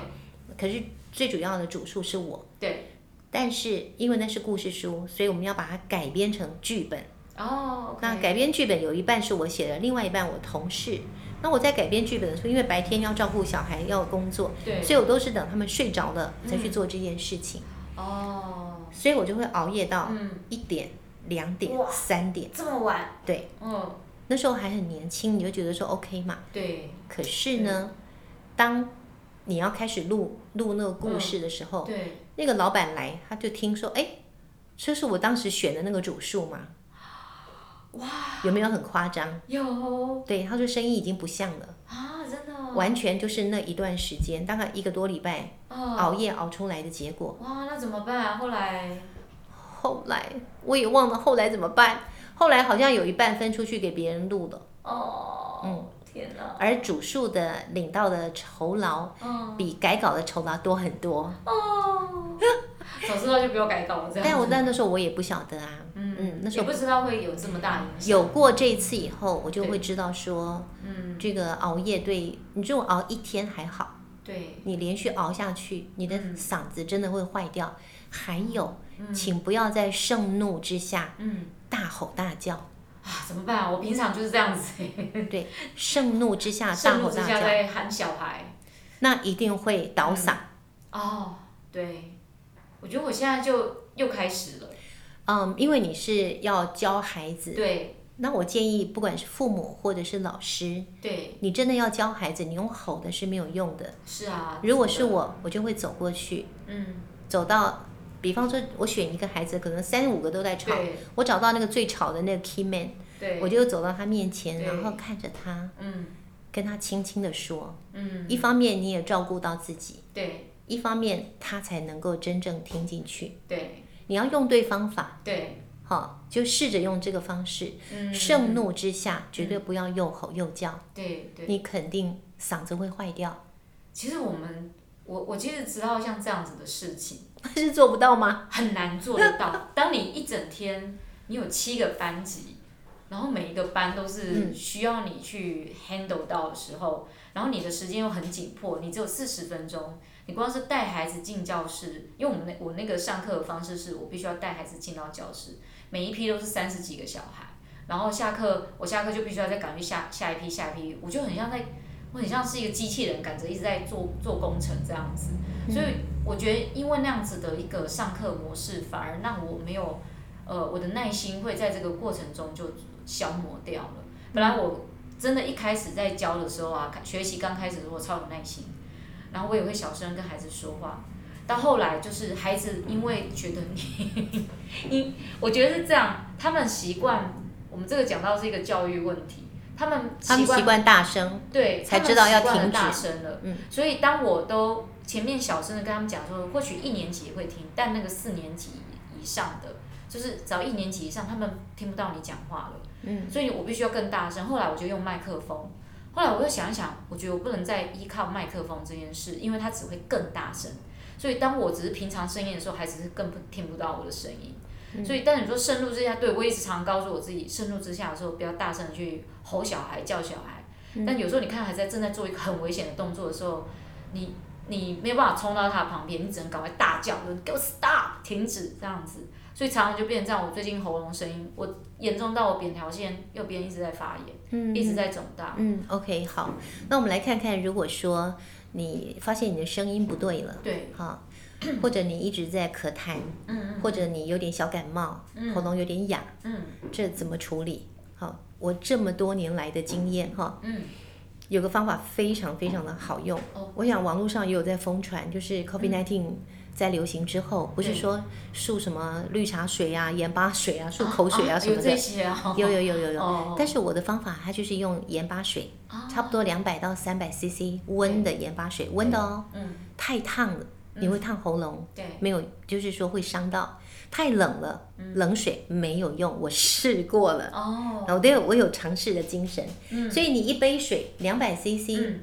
Speaker 2: 可是最主要的主述是我。
Speaker 1: 对，
Speaker 2: 但是因为那是故事书，所以我们要把它改编成剧本。
Speaker 1: 哦，OK，
Speaker 2: 那改编剧本有一半是我写的，另外一半我同事。那我在改编剧本的时候，因为白天要照顾小孩，要工作，
Speaker 1: 对，嗯
Speaker 2: 所以我都是等他们睡着了才去做这件事情，
Speaker 1: 哦，
Speaker 2: 所以我就会熬夜到
Speaker 1: 嗯，
Speaker 2: 一点、两点
Speaker 1: 哇、
Speaker 2: 三点。
Speaker 1: 这么晚，
Speaker 2: 对，
Speaker 1: 嗯，
Speaker 2: 那时候还很年轻，你就觉得说 OK 嘛。
Speaker 1: 对，
Speaker 2: 可是呢，当你要开始录录那个故事的时候，
Speaker 1: 对，
Speaker 2: 那个老板来，他就听说，哎，这是我当时选的那个主数嘛。哇，有没有很夸张？
Speaker 1: 有
Speaker 2: 对，他说声音已经不像了，
Speaker 1: 啊，真的哦，
Speaker 2: 完全就是那一段时间，大概一个多礼拜
Speaker 1: 哦，
Speaker 2: 熬夜熬出来的结果。
Speaker 1: 哇，那怎么办？后来，
Speaker 2: 后来我也忘了后来怎么办，后来好像有一半分出去给别人录了，
Speaker 1: 哦，
Speaker 2: 嗯，
Speaker 1: 天哪，
Speaker 2: 而主数的领到的酬劳
Speaker 1: 嗯，
Speaker 2: 比改稿的酬劳多很多。
Speaker 1: 哦， 早知道就不要改稿了，这样，
Speaker 2: 但我但那时候我也不晓得啊，嗯嗯，那时
Speaker 1: 也
Speaker 2: 候
Speaker 1: 不知道会有这么大影响，
Speaker 2: 有过这一次以后，我就会
Speaker 1: 对
Speaker 2: 知道说，
Speaker 1: 嗯，
Speaker 2: 这个熬夜对你这种熬一天还好，
Speaker 1: 对，
Speaker 2: 你连续熬下去，你的
Speaker 1: 嗯
Speaker 2: 嗓子真的会坏掉。还有，
Speaker 1: 嗯
Speaker 2: 请不要在盛怒之下
Speaker 1: 嗯。
Speaker 2: 大吼大叫，
Speaker 1: 啊，怎么办、啊？我平常就是这样 子、欸，
Speaker 2: 对，盛怒之下 大
Speaker 1: 盛怒
Speaker 2: 吼
Speaker 1: 之下
Speaker 2: 大
Speaker 1: 嗯
Speaker 2: 叫，
Speaker 1: 在喊小孩。
Speaker 2: 那一定会倒嗓。
Speaker 1: 哦，对，我觉得我现在就又开始了。
Speaker 2: 嗯，因为你是要教孩子，
Speaker 1: 对
Speaker 2: 那我建议不管是父母或者是老师，
Speaker 1: 对，
Speaker 2: 你真的要教孩子，你用吼的是没有用的。
Speaker 1: 是啊。
Speaker 2: 如果是我，我就会走过去，
Speaker 1: 嗯，
Speaker 2: 走到，比方说，我选一个孩子，可能三五个都在吵，
Speaker 1: 对
Speaker 2: 我找到那个最吵的那个 key man，
Speaker 1: 对，
Speaker 2: 我就走到他面前，
Speaker 1: 对
Speaker 2: 然后看着他，
Speaker 1: 嗯
Speaker 2: 跟他轻轻的说，
Speaker 1: 嗯，
Speaker 2: 一方面你也照顾到自己，
Speaker 1: 对
Speaker 2: 一方面他才能够真正听进去。
Speaker 1: 对
Speaker 2: 你要用对方法，
Speaker 1: 对，
Speaker 2: 哈、就试着用这个方式。
Speaker 1: 嗯，
Speaker 2: 盛怒之下，绝对不要又吼又叫，
Speaker 1: 嗯对对。
Speaker 2: 你肯定嗓子会坏掉。
Speaker 1: 其实我们我我其实知道像这样子的事情
Speaker 2: 是做不到吗？
Speaker 1: 很难做得到。当你一整天你有七个班级，然后每一个班都是需要你去 handle 到的时候，然后你的时间又很紧迫，你只有四十分钟，你光是带孩子进教室，因为我们那我那个上课的方式是我必须要带孩子进到教室，每一批都是三十几个小孩，然后下课我下课就必须要再赶去下下一批下一批，我就很像在。我很像是一个机器人，赶着一直在做做工程这样子，所以我觉得因为那样子的一个上课模式，反而让我没有，呃，我的耐心会在这个过程中就消磨掉了。本来我真的一开始在教的时候啊，学习刚开始的时候我超有耐心，然后我也会小声跟孩子说话。到后来就是孩子因为觉得你，你我觉得是这样，他们习惯我们这个讲到是一个教育问题，他们
Speaker 2: 他
Speaker 1: 习
Speaker 2: 们习
Speaker 1: 惯
Speaker 2: 惯大声，
Speaker 1: 对，
Speaker 2: 才
Speaker 1: 他们
Speaker 2: 知道要
Speaker 1: 习惯了
Speaker 2: 停止
Speaker 1: 大声了。
Speaker 2: 嗯
Speaker 1: 所以当我都前面小声的跟他们讲说，或许一年级也会听，但那个四年级以上的，就是只要一年级以上，他们听不到你讲话了。
Speaker 2: 嗯，
Speaker 1: 所以我必须要更大声。后来我就用麦克风，后来我又想一想，我觉得我不能再依靠麦克风这件事，因为它只会更大声。所以当我只是平常声音的时候，孩子是更不听不到我的声音。所以，但你说盛怒之下，对我一直常告诉我自己，盛怒之下的时候，不要大声的去吼小孩、叫小孩。但有时候你看孩子在正在做一个很危险的动作的时候，你你没有办法冲到他的旁边，你只能赶快大叫，就给我 stop 停止这样子。所以常常就变成这样，我最近喉咙声音，我严重到我扁桃腺右边一直在发炎，
Speaker 2: 嗯
Speaker 1: 一直在肿大。
Speaker 2: 嗯，OK，好，那我们来看看，如果说你发现你的声音不对了，
Speaker 1: 对，
Speaker 2: 哈、或者你一直在咳痰，
Speaker 1: 嗯
Speaker 2: 或者你有点小感冒，喉咙有点痒，
Speaker 1: 嗯
Speaker 2: 这怎么处理？好，我这么多年来的经验，哈，
Speaker 1: 嗯，
Speaker 2: 有个方法非常非常的好用，
Speaker 1: 哦嗯
Speaker 2: 我想网络上也有在疯传，就是 COVID 19在流行之后，不是
Speaker 1: 对
Speaker 2: 说漱什么绿茶水啊、盐巴水啊、漱
Speaker 1: 啊
Speaker 2: 口水啊
Speaker 1: 啊
Speaker 2: 什么
Speaker 1: 有
Speaker 2: 的，
Speaker 1: 这些啊，
Speaker 2: 有有有有有。
Speaker 1: 哦，
Speaker 2: 但是我的方法，它就是用盐巴水，差不多两百到三百 CC 温的盐巴水，温的哦，
Speaker 1: 嗯，
Speaker 2: 太烫了你会烫喉咙，
Speaker 1: 对，
Speaker 2: 没有，就是说会伤到。太冷了，冷水没有用，我试过了，
Speaker 1: 嗯哦，
Speaker 2: 我都有我有尝试的精神，
Speaker 1: 嗯
Speaker 2: 所以你一杯水两百 CC，
Speaker 1: 嗯，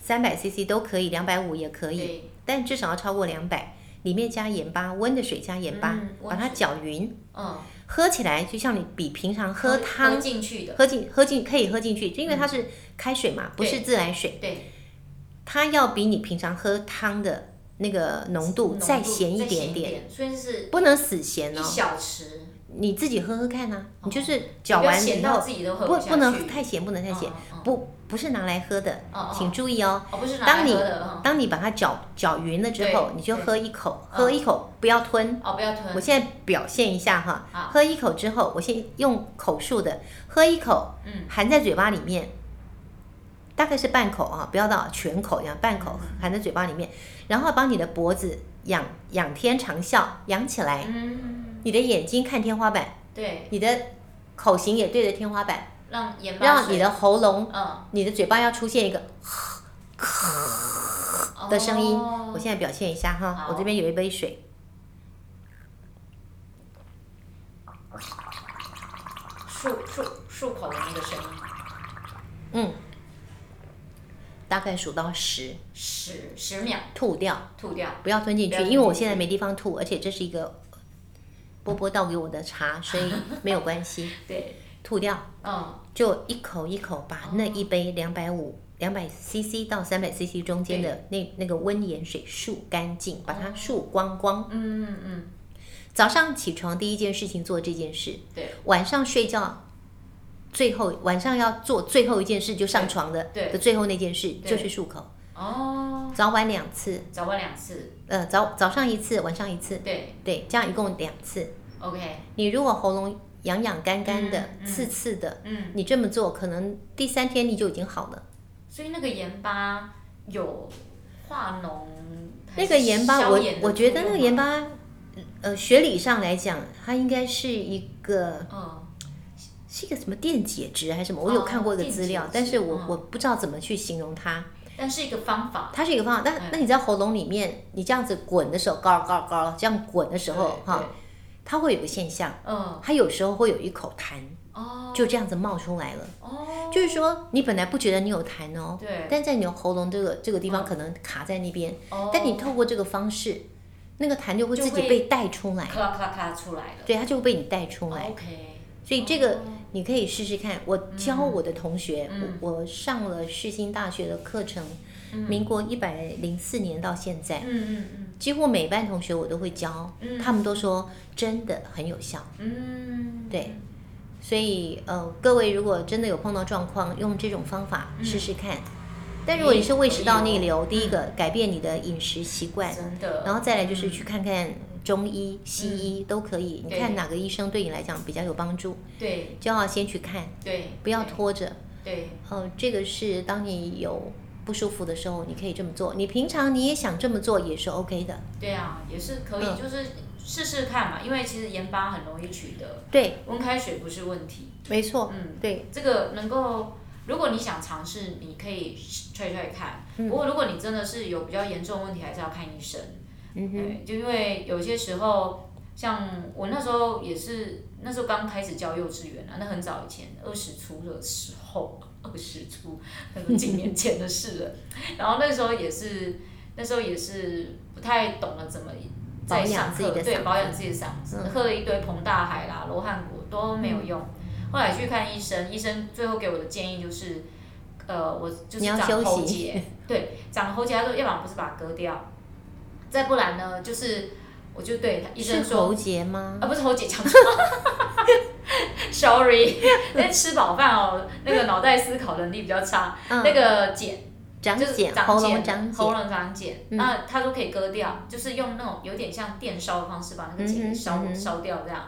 Speaker 2: 三百 CC 都可以，两百五也可以，
Speaker 1: 以，
Speaker 2: 但至少要超过两百。里面加盐巴，温的水加盐巴，
Speaker 1: 嗯温
Speaker 2: 把它搅匀，
Speaker 1: 嗯，
Speaker 2: 喝起来就像你比平常喝
Speaker 1: 喝
Speaker 2: 汤
Speaker 1: 进去的，嗯
Speaker 2: 喝进喝进可以喝进去，就因为它是开水嘛，不是自来水，
Speaker 1: 对，
Speaker 2: 它要比你平常喝汤的那个浓度
Speaker 1: 浓
Speaker 2: 再咸一
Speaker 1: 再
Speaker 2: 点点，
Speaker 1: 点，所以是
Speaker 2: 不能死咸
Speaker 1: 一
Speaker 2: 哦。
Speaker 1: 小匙，
Speaker 2: 你自己喝喝看啊，你就是
Speaker 1: 哦不
Speaker 2: 搅
Speaker 1: 要
Speaker 2: 完
Speaker 1: 咸
Speaker 2: 以
Speaker 1: 到
Speaker 2: 后，
Speaker 1: 自己都喝
Speaker 2: 不
Speaker 1: 下
Speaker 2: 不能
Speaker 1: 去
Speaker 2: 太咸，不能太咸，，
Speaker 1: 嗯
Speaker 2: 不不是拿来喝的，
Speaker 1: 嗯嗯
Speaker 2: 请注意哦。
Speaker 1: 哦，不是拿来
Speaker 2: 当你
Speaker 1: 喝的，
Speaker 2: 当你把它搅搅匀了之后
Speaker 1: 对，
Speaker 2: 你就
Speaker 1: 对
Speaker 2: 喝一口，
Speaker 1: 嗯
Speaker 2: 喝一口，不要吞。
Speaker 1: 嗯哦，不要吞，
Speaker 2: 我现在表现一下哈
Speaker 1: 好，
Speaker 2: 喝一口之后，我先用口述的，喝一口，
Speaker 1: 嗯，
Speaker 2: 含在嘴巴里面，大概是半口啊，不要到全口这样，半口
Speaker 1: 嗯
Speaker 2: 含在嘴巴里面，然后把你的脖子仰仰天长啸，仰起来，
Speaker 1: 嗯，
Speaker 2: 你的眼睛看天花板，
Speaker 1: 对，
Speaker 2: 你的口型也对着天花板，
Speaker 1: 让盐巴
Speaker 2: 让
Speaker 1: 水
Speaker 2: 你，的喉咙、
Speaker 1: 嗯，
Speaker 2: 你的嘴巴要出现一个的声音。我
Speaker 1: 哦
Speaker 2: 现在表现一下哈，
Speaker 1: 好
Speaker 2: 我这边有一杯水。
Speaker 1: 漱漱漱口的那个声音，
Speaker 2: 嗯，大概数到十，
Speaker 1: 十十秒
Speaker 2: 吐掉，
Speaker 1: 吐掉，
Speaker 2: 不要吞进去
Speaker 1: 不要，吞进去
Speaker 2: 因为我现在没地方吐，而且这是一个波波倒给我的茶，所以没有 关系，
Speaker 1: 对，
Speaker 2: 吐掉，
Speaker 1: 嗯，
Speaker 2: 就一口一口把那一杯两百五。两百 CC 到三百 CC 中间的那那个温盐水漱干净，把它漱光光。
Speaker 1: 哦嗯嗯嗯，
Speaker 2: 早上起床第一件事情做这件事，
Speaker 1: 对
Speaker 2: 晚上睡觉，最后晚上要做最后一件事就上床的
Speaker 1: 对
Speaker 2: 的最后那件事
Speaker 1: 对
Speaker 2: 就是漱口，
Speaker 1: 哦，
Speaker 2: 早晚两次，
Speaker 1: 早晚两次，
Speaker 2: 呃早早上一次，晚上一次，
Speaker 1: 对
Speaker 2: 对，这样一共两次。
Speaker 1: ，OK，
Speaker 2: 你如果喉咙痒痒干干的、
Speaker 1: 嗯嗯
Speaker 2: 刺刺的，
Speaker 1: 嗯，
Speaker 2: 你这么做可能第三天你就已经好了。
Speaker 1: 所以那个盐巴有化脓还
Speaker 2: 那
Speaker 1: 是消炎的作用吗，
Speaker 2: 个盐巴，我我觉得那个盐巴，呃，学理上来讲，它应该是一个
Speaker 1: 嗯，
Speaker 2: 是一个什么电解质还是什么？我有
Speaker 1: 哦
Speaker 2: 看过一个
Speaker 1: 电
Speaker 2: 资料
Speaker 1: 解，质
Speaker 2: 但是我、
Speaker 1: 嗯
Speaker 2: 我不知道怎么去形容它。
Speaker 1: 但是一个方法，
Speaker 2: 它是一个方法，那
Speaker 1: 嗯
Speaker 2: 那你在喉咙里面，你这样子滚的时候，高高高这样滚的时候，
Speaker 1: 对
Speaker 2: 哈，，它会有个现象，
Speaker 1: 对嗯，
Speaker 2: 它有时候会有一口痰，
Speaker 1: 哦，
Speaker 2: 就这样子冒出来了。
Speaker 1: 哦，
Speaker 2: 就是说，你本来不觉得你有痰哦，
Speaker 1: 对，嗯
Speaker 2: 但在你的喉咙这个这个地方可能卡在那边，
Speaker 1: 哦
Speaker 2: 但你透过这个方式，那个痰就会自
Speaker 1: 就
Speaker 2: 己
Speaker 1: 会
Speaker 2: 被带出来，
Speaker 1: 咔啦咔啦咔啦出来了，
Speaker 2: 对，它就会被你带出来。
Speaker 1: OK，
Speaker 2: 所以这个
Speaker 1: 哦
Speaker 2: 你可以试试看。我教我的同学，
Speaker 1: 嗯
Speaker 2: 我我上了世新大学的课程，
Speaker 1: 嗯
Speaker 2: 民国一百零四年到现在，
Speaker 1: 嗯嗯
Speaker 2: 几乎每班同学我都会教，
Speaker 1: 嗯
Speaker 2: 他们都说真的很有效。
Speaker 1: 嗯，
Speaker 2: 对，所以呃，各位如果真的有碰到状况，用这种方法
Speaker 1: 嗯
Speaker 2: 试试看。但如果你是胃食道逆流，
Speaker 1: 可以哦
Speaker 2: 第一个改变你的饮食习惯，
Speaker 1: 真的，
Speaker 2: 然后再来就是去看看中医、西医都可以，你
Speaker 1: 嗯对
Speaker 2: 看哪个医生对你来讲比较有帮助，
Speaker 1: 嗯对
Speaker 2: 就要先去看，
Speaker 1: 对，
Speaker 2: 不要拖着。
Speaker 1: 对，
Speaker 2: 呃，这个是当你有不舒服的时候，你可以这么做。你平常你也想这么做也是 OK 的。
Speaker 1: 对啊，也是可以，
Speaker 2: 嗯
Speaker 1: 就是试试看嘛，因为其实盐巴很容易取得，
Speaker 2: 对，
Speaker 1: 温开水不是问题。
Speaker 2: 没错，
Speaker 1: 嗯，
Speaker 2: 对，
Speaker 1: 这个能够，如果你想尝试，你可以 try try 看。
Speaker 2: 嗯
Speaker 1: 不过如果你真的是有比较严重的问题，还是要看医生。
Speaker 2: 嗯哼，
Speaker 1: 对，就因为有些时候，像我那时候也是，那时候刚开始教幼稚园啊，那很早以前，二十出的时候， 二十出，那是几年前的事了。然后那时候也是，那时候也是不太懂得怎么在
Speaker 2: 保养
Speaker 1: 上
Speaker 2: 自己
Speaker 1: 课，
Speaker 2: 的嗓
Speaker 1: 对，
Speaker 2: 子
Speaker 1: 保养自己的嗓子，
Speaker 2: 嗯
Speaker 1: 喝了一堆膨大海啦、罗汉果都没有用。后来去看医生，医生最后给我的建议就是，呃，我就是
Speaker 2: 你要
Speaker 1: 长
Speaker 2: 休息
Speaker 1: 喉 结，对，长喉结，他说要不然不是把它割掉，再不然呢，就是我就对他医
Speaker 2: 是
Speaker 1: 生说
Speaker 2: 喉，结吗？
Speaker 1: 啊，不是喉结，讲错了 ，sorry，那吃饱饭哦，那个脑袋思考能力比较差，
Speaker 2: 嗯，
Speaker 1: 那个茧。
Speaker 2: 长
Speaker 1: 就是
Speaker 2: 茧，
Speaker 1: 长
Speaker 2: 喉咙长
Speaker 1: 茧，
Speaker 2: 茧
Speaker 1: 喉。咙长茧，
Speaker 2: 嗯
Speaker 1: 那他说可以割掉，就是用那种有点像电烧的方式把那个
Speaker 2: 嗯
Speaker 1: 茧
Speaker 2: 哼
Speaker 1: 给烧
Speaker 2: 嗯哼
Speaker 1: 烧掉这样。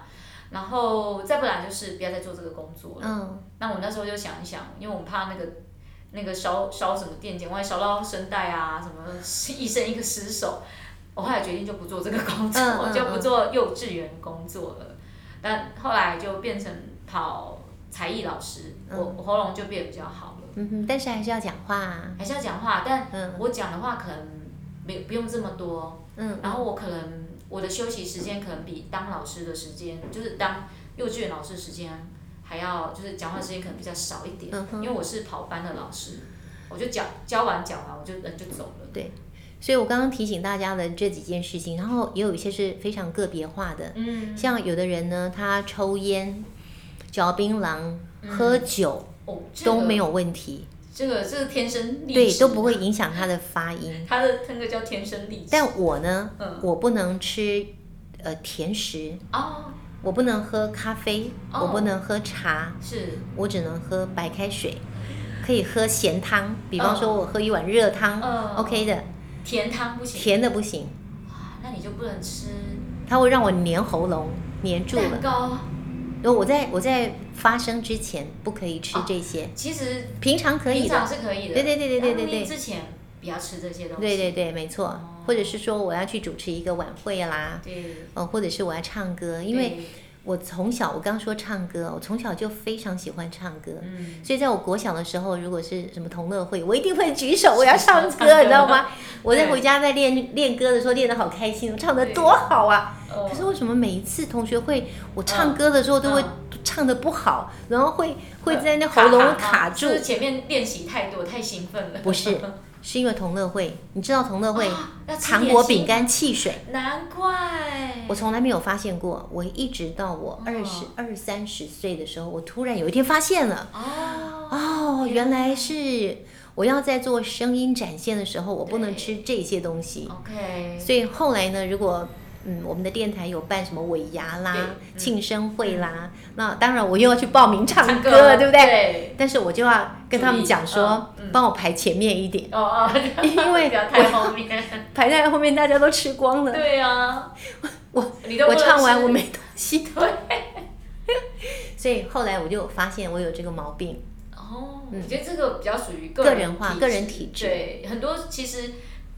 Speaker 1: 然后再不然就是不要再做这个工作了。
Speaker 2: 嗯，
Speaker 1: 那我那时候就想一想，因为我怕那个那个烧烧什么电剪，万一烧到声带啊什么，一生一个失手。我后来决定就不做这个工作，
Speaker 2: 嗯嗯 嗯
Speaker 1: 就不做幼稚园工作了。但后来就变成跑才艺老师，我
Speaker 2: 嗯
Speaker 1: 我喉咙就变得比较好了，
Speaker 2: 嗯哼，但是还是要讲话啊。
Speaker 1: 还是要讲话，但
Speaker 2: 嗯
Speaker 1: 我讲的话可能没不用这么多，
Speaker 2: 嗯
Speaker 1: 然后我可能我的休息时间可能比当老师的时间，就是当幼稚园老师的时间还要，就是讲话时间可能比较少一点，
Speaker 2: 嗯
Speaker 1: 因为
Speaker 2: 哼。
Speaker 1: 我是跑班的老师，我就讲教完讲完我就人就走了。
Speaker 2: 所以我刚刚提醒大家的这几件事情，然后也有一些是非常个别化的，
Speaker 1: 嗯，
Speaker 2: 像有的人呢，他抽烟、嚼槟榔、
Speaker 1: 嗯
Speaker 2: 喝酒
Speaker 1: 哦，这个
Speaker 2: 都没，有问题，
Speaker 1: 这个这个天生丽
Speaker 2: 对，
Speaker 1: 质
Speaker 2: 都不会，影响他的发音。
Speaker 1: 他的那个叫天生丽质。
Speaker 2: 但我呢，
Speaker 1: 嗯
Speaker 2: 我不能吃呃甜食，
Speaker 1: 哦，
Speaker 2: 我不能喝咖啡，
Speaker 1: 哦
Speaker 2: 我不能喝茶，
Speaker 1: 是，
Speaker 2: 我只能喝白开水，可以喝咸汤，比方说
Speaker 1: 嗯
Speaker 2: 我喝一碗热汤、
Speaker 1: 嗯
Speaker 2: o k 的，
Speaker 1: 甜汤不行，
Speaker 2: 甜的不行，
Speaker 1: 啊那你就不能吃
Speaker 2: 它会让我黏喉咙，黏住
Speaker 1: 蛋
Speaker 2: 了。
Speaker 1: 糕。
Speaker 2: 然后我在我在发生之前不可以吃这些，
Speaker 1: 其实
Speaker 2: 平常可以
Speaker 1: 平
Speaker 2: 的
Speaker 1: 常，是可以的。
Speaker 2: 对对对对对对对
Speaker 1: 但录音之前不要吃这些东西。哦
Speaker 2: 对对对，没错。或者是说我要去主持一个晚会啦，
Speaker 1: 对
Speaker 2: 呃，或者是我要唱歌，因为
Speaker 1: 对
Speaker 2: 我从小我刚说唱歌，我从小就非常喜欢唱歌。
Speaker 1: 嗯，
Speaker 2: 所以在我国小的时候，如果是什么同乐会，我一定会举手，我要唱歌，你知道吗？我在回家在练练歌的时候，练得好开心，我唱得多好啊！
Speaker 1: 呃
Speaker 2: 可是为什么每一次同学会，我唱歌的时候都会
Speaker 1: 嗯
Speaker 2: 唱得不好，然后会会在那喉
Speaker 1: 哦
Speaker 2: 咙卡
Speaker 1: 就？
Speaker 2: 住
Speaker 1: 是前面练习太多，太兴奋了。
Speaker 2: 不是，是因为同乐会，你知道同乐会
Speaker 1: 啊要吃
Speaker 2: 糖
Speaker 1: 点
Speaker 2: 果、
Speaker 1: 心
Speaker 2: 饼干、汽水。
Speaker 1: 难怪
Speaker 2: 我从来没有发现过，我一直到我二十二三十岁的时候，我突然有一天发现了，
Speaker 1: 哦，
Speaker 2: 哦，原来是我要在做声音展现的时候，我不能
Speaker 1: 对
Speaker 2: 吃这些东西。
Speaker 1: OK，
Speaker 2: 所以后来呢，如果嗯，我们的电台有办什么尾牙啦
Speaker 1: 对、嗯
Speaker 2: 庆生会啦，那当然我又要去报名唱
Speaker 1: 唱
Speaker 2: 歌了，对不对？
Speaker 1: 对。
Speaker 2: 但是我就要跟他们讲说
Speaker 1: 注意嗯，嗯
Speaker 2: 帮我排前面一点，
Speaker 1: 哦哦，
Speaker 2: 因 为
Speaker 1: 不要太后面。
Speaker 2: 排在后面大家都吃光了，
Speaker 1: 对啊，
Speaker 2: 我
Speaker 1: 你都不
Speaker 2: 我
Speaker 1: 能
Speaker 2: 唱完
Speaker 1: 吃
Speaker 2: 我没东 西。对。所以后来我就发现我有这个毛病，
Speaker 1: 哦，
Speaker 2: 嗯
Speaker 1: 我觉得这个比较属于
Speaker 2: 个人化
Speaker 1: 体
Speaker 2: 个人体质
Speaker 1: 对，很多其实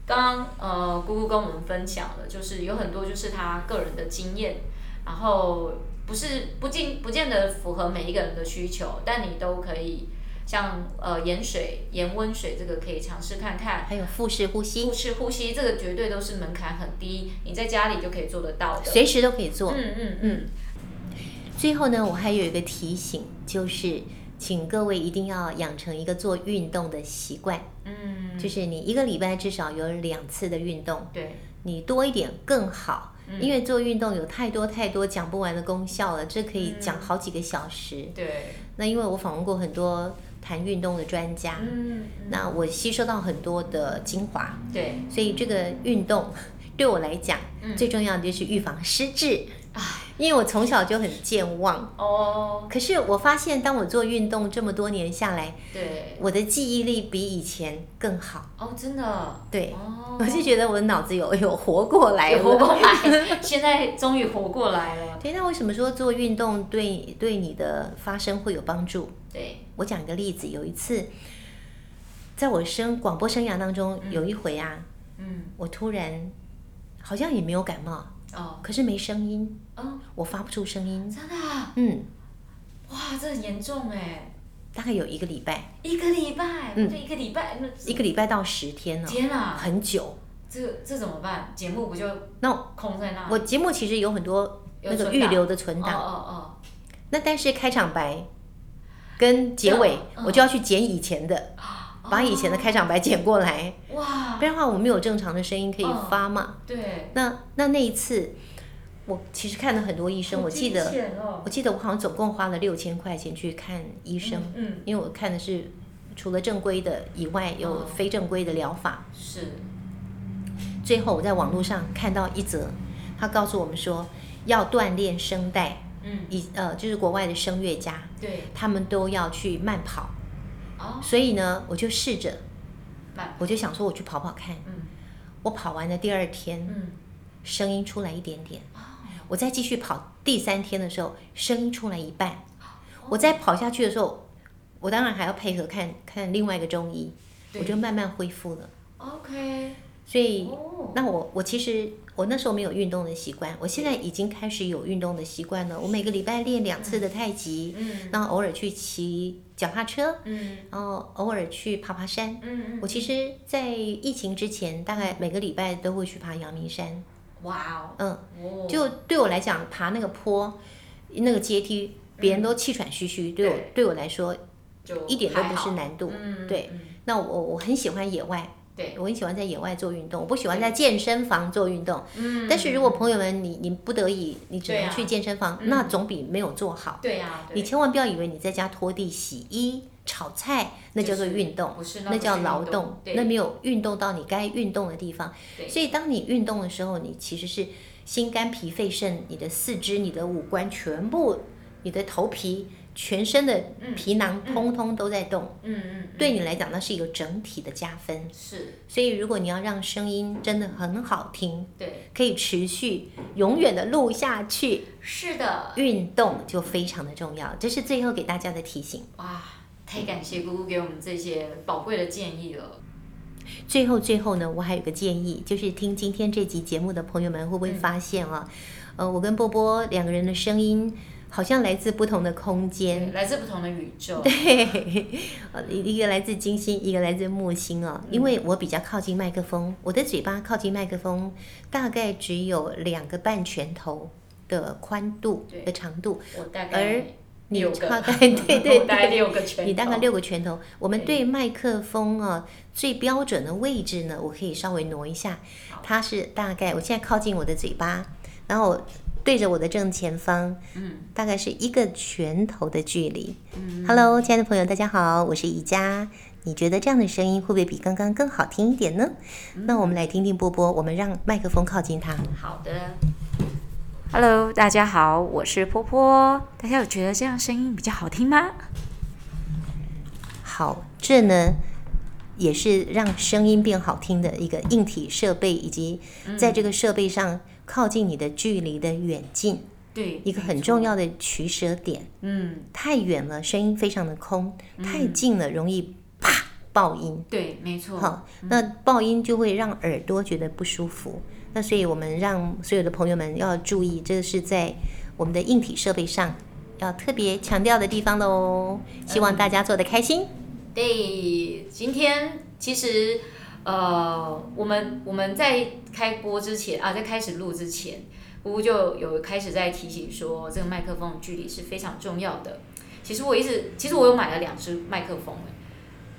Speaker 1: 刚刚呃姑姑跟我们分享了，就是有很多就是她个人的经验，然后不是不尽不见得符合每一个人的需求，但你都可以像呃盐水、盐温水这个可以尝试看看。
Speaker 2: 还有腹式呼吸
Speaker 1: 腹，式呼吸这个绝对都是门槛很低，你在家里就可以做得到的。
Speaker 2: 随时都可以做。
Speaker 1: 嗯嗯嗯，
Speaker 2: 最后呢，我还有一个提醒，就是请各位一定要养成一个做运动的习惯，
Speaker 1: 嗯，
Speaker 2: 就是你一个礼拜至少有两次的运动，
Speaker 1: 对，
Speaker 2: 你多一点更
Speaker 1: 嗯
Speaker 2: 好。因为做运动有太多太多讲不完的功效了，这可以讲好几个小时。
Speaker 1: 对，
Speaker 2: 那因为我访问过很多谈运动的专家，
Speaker 1: 嗯，嗯
Speaker 2: 那我吸收到很多的精华，
Speaker 1: 对，
Speaker 2: 所以这个运动 对我来讲、
Speaker 1: 嗯
Speaker 2: 最重要的就是预防失智
Speaker 1: 啊
Speaker 2: 因为我从小就很健忘。
Speaker 1: 哦，
Speaker 2: 可是我发现，当我做运动这么多年下来，
Speaker 1: 对，
Speaker 2: 我的记忆力比以前更好。
Speaker 1: 哦，真的，
Speaker 2: 对，
Speaker 1: 哦，
Speaker 2: 我就觉得我的脑子有有活过来
Speaker 1: 有活
Speaker 2: 了。
Speaker 1: 过 来，现在终于活过来了，
Speaker 2: 对，那为什么说做运动对对你的发声会有帮助？
Speaker 1: 对，
Speaker 2: 我讲个例子，有一次，在我生广播生涯当中，有一回啊，
Speaker 1: 嗯，
Speaker 2: 我突然好像也没有感冒，
Speaker 1: 哦，
Speaker 2: 可是没声音，
Speaker 1: 哦，
Speaker 2: 我发不出声音。
Speaker 1: 真的啊，
Speaker 2: 嗯，
Speaker 1: 哇，这很严重哎，
Speaker 2: 大概有一个礼拜，
Speaker 1: 一个礼拜，
Speaker 2: 嗯
Speaker 1: 就一个礼拜，那
Speaker 2: 一个礼拜到十天呢、
Speaker 1: 天啊，
Speaker 2: 很久。
Speaker 1: 这这怎么办？节目不就
Speaker 2: 那
Speaker 1: 空在那？
Speaker 2: 我节目其实有很多
Speaker 1: 有
Speaker 2: 那个
Speaker 1: 存
Speaker 2: 预
Speaker 1: 档
Speaker 2: 留的存档，
Speaker 1: 哦哦
Speaker 2: 那但是开场白跟结尾
Speaker 1: 嗯
Speaker 2: 我就要去剪以前的，
Speaker 1: 哦，
Speaker 2: 把以前的开场白剪过来，
Speaker 1: 哦哇，
Speaker 2: 不然的话我没有正常的声音可以发嘛。
Speaker 1: 对，
Speaker 2: 那那那一次，我其实看了很多医生，我记
Speaker 1: 好
Speaker 2: 得
Speaker 1: 惊险哦
Speaker 2: 我记得我好像总共花了六千块钱去看医生，
Speaker 1: 嗯，
Speaker 2: 因为我看的是除了正规的以外，有
Speaker 1: 嗯
Speaker 2: 非正规的疗法。
Speaker 1: 嗯是，
Speaker 2: 最后我在网络上看到一则，他告诉我们说要锻炼声带，
Speaker 1: 嗯，
Speaker 2: 以呃就是国外的声乐家，
Speaker 1: 对，
Speaker 2: 他们都要去慢跑，
Speaker 1: 哦，
Speaker 2: 所以呢，我就试着，
Speaker 1: 慢，
Speaker 2: 我就想说我去跑跑看。
Speaker 1: 嗯
Speaker 2: 我跑完的第二天，
Speaker 1: 嗯，
Speaker 2: 声音出来一点点。
Speaker 1: 哦
Speaker 2: 我再继续跑第三天的时候，声音出来一半。我再跑下去的时候，我当然还要配合看看另外一个中医，
Speaker 1: 对
Speaker 2: 我就慢慢恢复了。
Speaker 1: ，OK，
Speaker 2: 所以，
Speaker 1: 哦，
Speaker 2: 那我我其实我那时候没有运动的习惯，我现在已经开始有运动的习惯了。我每个礼拜练两次的太极，
Speaker 1: 嗯
Speaker 2: 然后偶尔去骑脚踏车，
Speaker 1: 嗯
Speaker 2: 然后偶尔去爬爬山。
Speaker 1: 嗯嗯，
Speaker 2: 我其实，在疫情之前，大概每个礼拜都会去爬阳明山。
Speaker 1: 哇
Speaker 2: 嗯，
Speaker 1: 哦，哦，
Speaker 2: 就对我来讲，爬那个坡、那个阶梯，别人都气喘吁吁，对我
Speaker 1: 对
Speaker 2: 对我来说
Speaker 1: 就
Speaker 2: 一点都不
Speaker 1: 还
Speaker 2: 是
Speaker 1: 好
Speaker 2: 难度。
Speaker 1: 嗯，
Speaker 2: 对
Speaker 1: 嗯，
Speaker 2: 那我我很喜欢野外，
Speaker 1: 对，
Speaker 2: 我很喜欢在野外做运动，我不喜欢在健身房做运动。
Speaker 1: 嗯，
Speaker 2: 但是如果朋友们你你不得已，你只
Speaker 1: 对
Speaker 2: 能
Speaker 1: 啊
Speaker 2: 去健身房，
Speaker 1: 嗯
Speaker 2: 那总比没有做好。
Speaker 1: 对呀，对
Speaker 2: 你千万不要以为你在家拖地、洗衣、炒菜，那叫做
Speaker 1: 就是
Speaker 2: 运动，
Speaker 1: 不是
Speaker 2: 那叫劳
Speaker 1: 动
Speaker 2: 动，，
Speaker 1: 对
Speaker 2: 那没有运动到你该运动的地方。
Speaker 1: 对
Speaker 2: 所以当你运动的时候，你其实是心肝脾肺肾，你的四肢、你的五官全部，你的头皮、全身的皮囊
Speaker 1: 嗯
Speaker 2: 通通都在动。
Speaker 1: 嗯嗯，嗯
Speaker 2: 对你来讲，那是一个整体的加分。
Speaker 1: 是，
Speaker 2: 所以如果你要让声音真的很好听，
Speaker 1: 对，
Speaker 2: 可以持续永远的录下去，
Speaker 1: 是的，
Speaker 2: 运动就非常的重要。这是最后给大家的提醒。
Speaker 1: 哇，太感谢姑姑给我们这些宝贵的建议了，
Speaker 2: 最后最后呢，我还有个建议，就是听今天这集节目的朋友们会不
Speaker 1: 嗯
Speaker 2: 会发现啊，呃，我跟波波两个人的声音好像来自不同的空间，
Speaker 1: 来自不同的宇宙，
Speaker 2: 对，呃，一个来自金星，一个来自木星哦。
Speaker 1: 嗯
Speaker 2: 因为我比较靠近麦克风，我的嘴巴靠近麦克风，大概只有两个半拳头的宽度
Speaker 1: 对
Speaker 2: 的长度，
Speaker 1: 我大
Speaker 2: 而
Speaker 1: 概
Speaker 2: 你
Speaker 1: 六个
Speaker 2: 大概 对对 对
Speaker 1: 我大概六个拳头，
Speaker 2: 你大概六个拳头。我们对麦克风啊最标准的位置呢，我可以稍微挪一下，它是大概我现在靠近我的嘴巴，然后对着我的正前方，嗯，大概是一个拳头的距离。嗯，Hello，亲爱的朋友，大家好，我是宜佳。你觉得这样的声音会不会比刚刚更好听一点呢？那我们来听听波波，我们让麦克风靠近他。
Speaker 1: 好的。Hello，大家好，我是波波。大家有觉得这样声音比较好听吗？
Speaker 2: 好，这呢也是让声音变好听的一个硬体设备，以及
Speaker 1: 嗯
Speaker 2: 在这个设备上靠近你的距离的远近，
Speaker 1: 对，
Speaker 2: 一个很重要的取舍点。
Speaker 1: 嗯，
Speaker 2: 太远了，声音非常的空；太近了，容易啪爆音。
Speaker 1: 对，没错。嗯
Speaker 2: 好，那爆音就会让耳朵觉得不舒服。那所以我们让所有的朋友们要注意，这是在我们的硬体设备上要特别强调的地方喽。希
Speaker 1: 嗯
Speaker 2: 望大家做的开心。
Speaker 1: 对，今天其实呃，我们我们在开播之前啊，在开始录之前，姑姑就有开始在提醒说，这个麦克风的距离是非常重要的。其实我一直，其实我有买了两只麦克风、欸，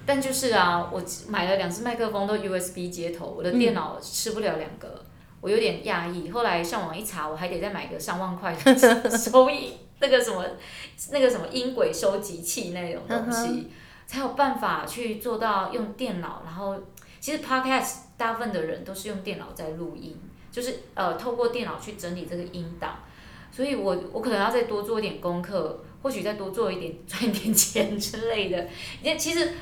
Speaker 1: 但就是啊，我只买了两只麦克风都 USB 接头，我的电脑吃不了两个，我有点讶异。后来上网一查，我还得再买个上万块的收音那个什么那个什么音轨收集器那种东西，才有办法去做到用电脑。然后其实 Podcast 大部分的人都是用电脑在录音，就是呃透过电脑去整理这个音档，所以我我可能要再多做一点功课。或许再多做一点，赚一点钱之类的。也其实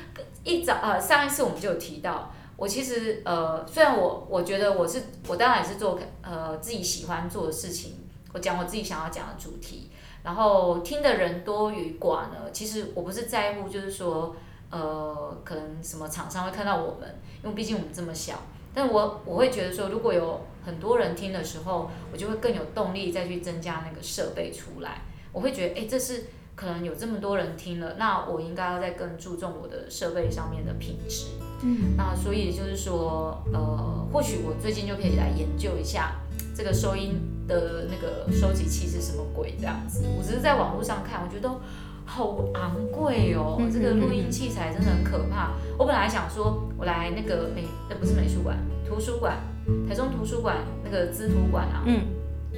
Speaker 1: 一早呃，上一次我们就有提到，我其实呃，虽然我我觉得我是我当然也是做呃自己喜欢做的事情，我讲我自己想要讲的主题，然后听的人多与寡呢，其实我不是在乎，就是说呃，可能什么厂商会看到我们，因为毕竟我们这么小。但我我会觉得说，如果有很多人听的时候，我就会更有动力再去增加那个设备出来。我会觉得，哎、这是可能有这么多人听了，那我应该要再更注重我的设备上面的品质。
Speaker 2: 嗯，
Speaker 1: 那所以就是说，呃，或许我最近就可以来研究一下这个收音的那个收集器是什么鬼这样子。我只是在网络上看，我觉得都好昂贵哦，
Speaker 2: 嗯
Speaker 1: 这个录音器材真的很可怕。我本来想说，我来那个美，呃，不是美术馆，图书馆，台中图书馆那个资图馆啊，
Speaker 2: 嗯，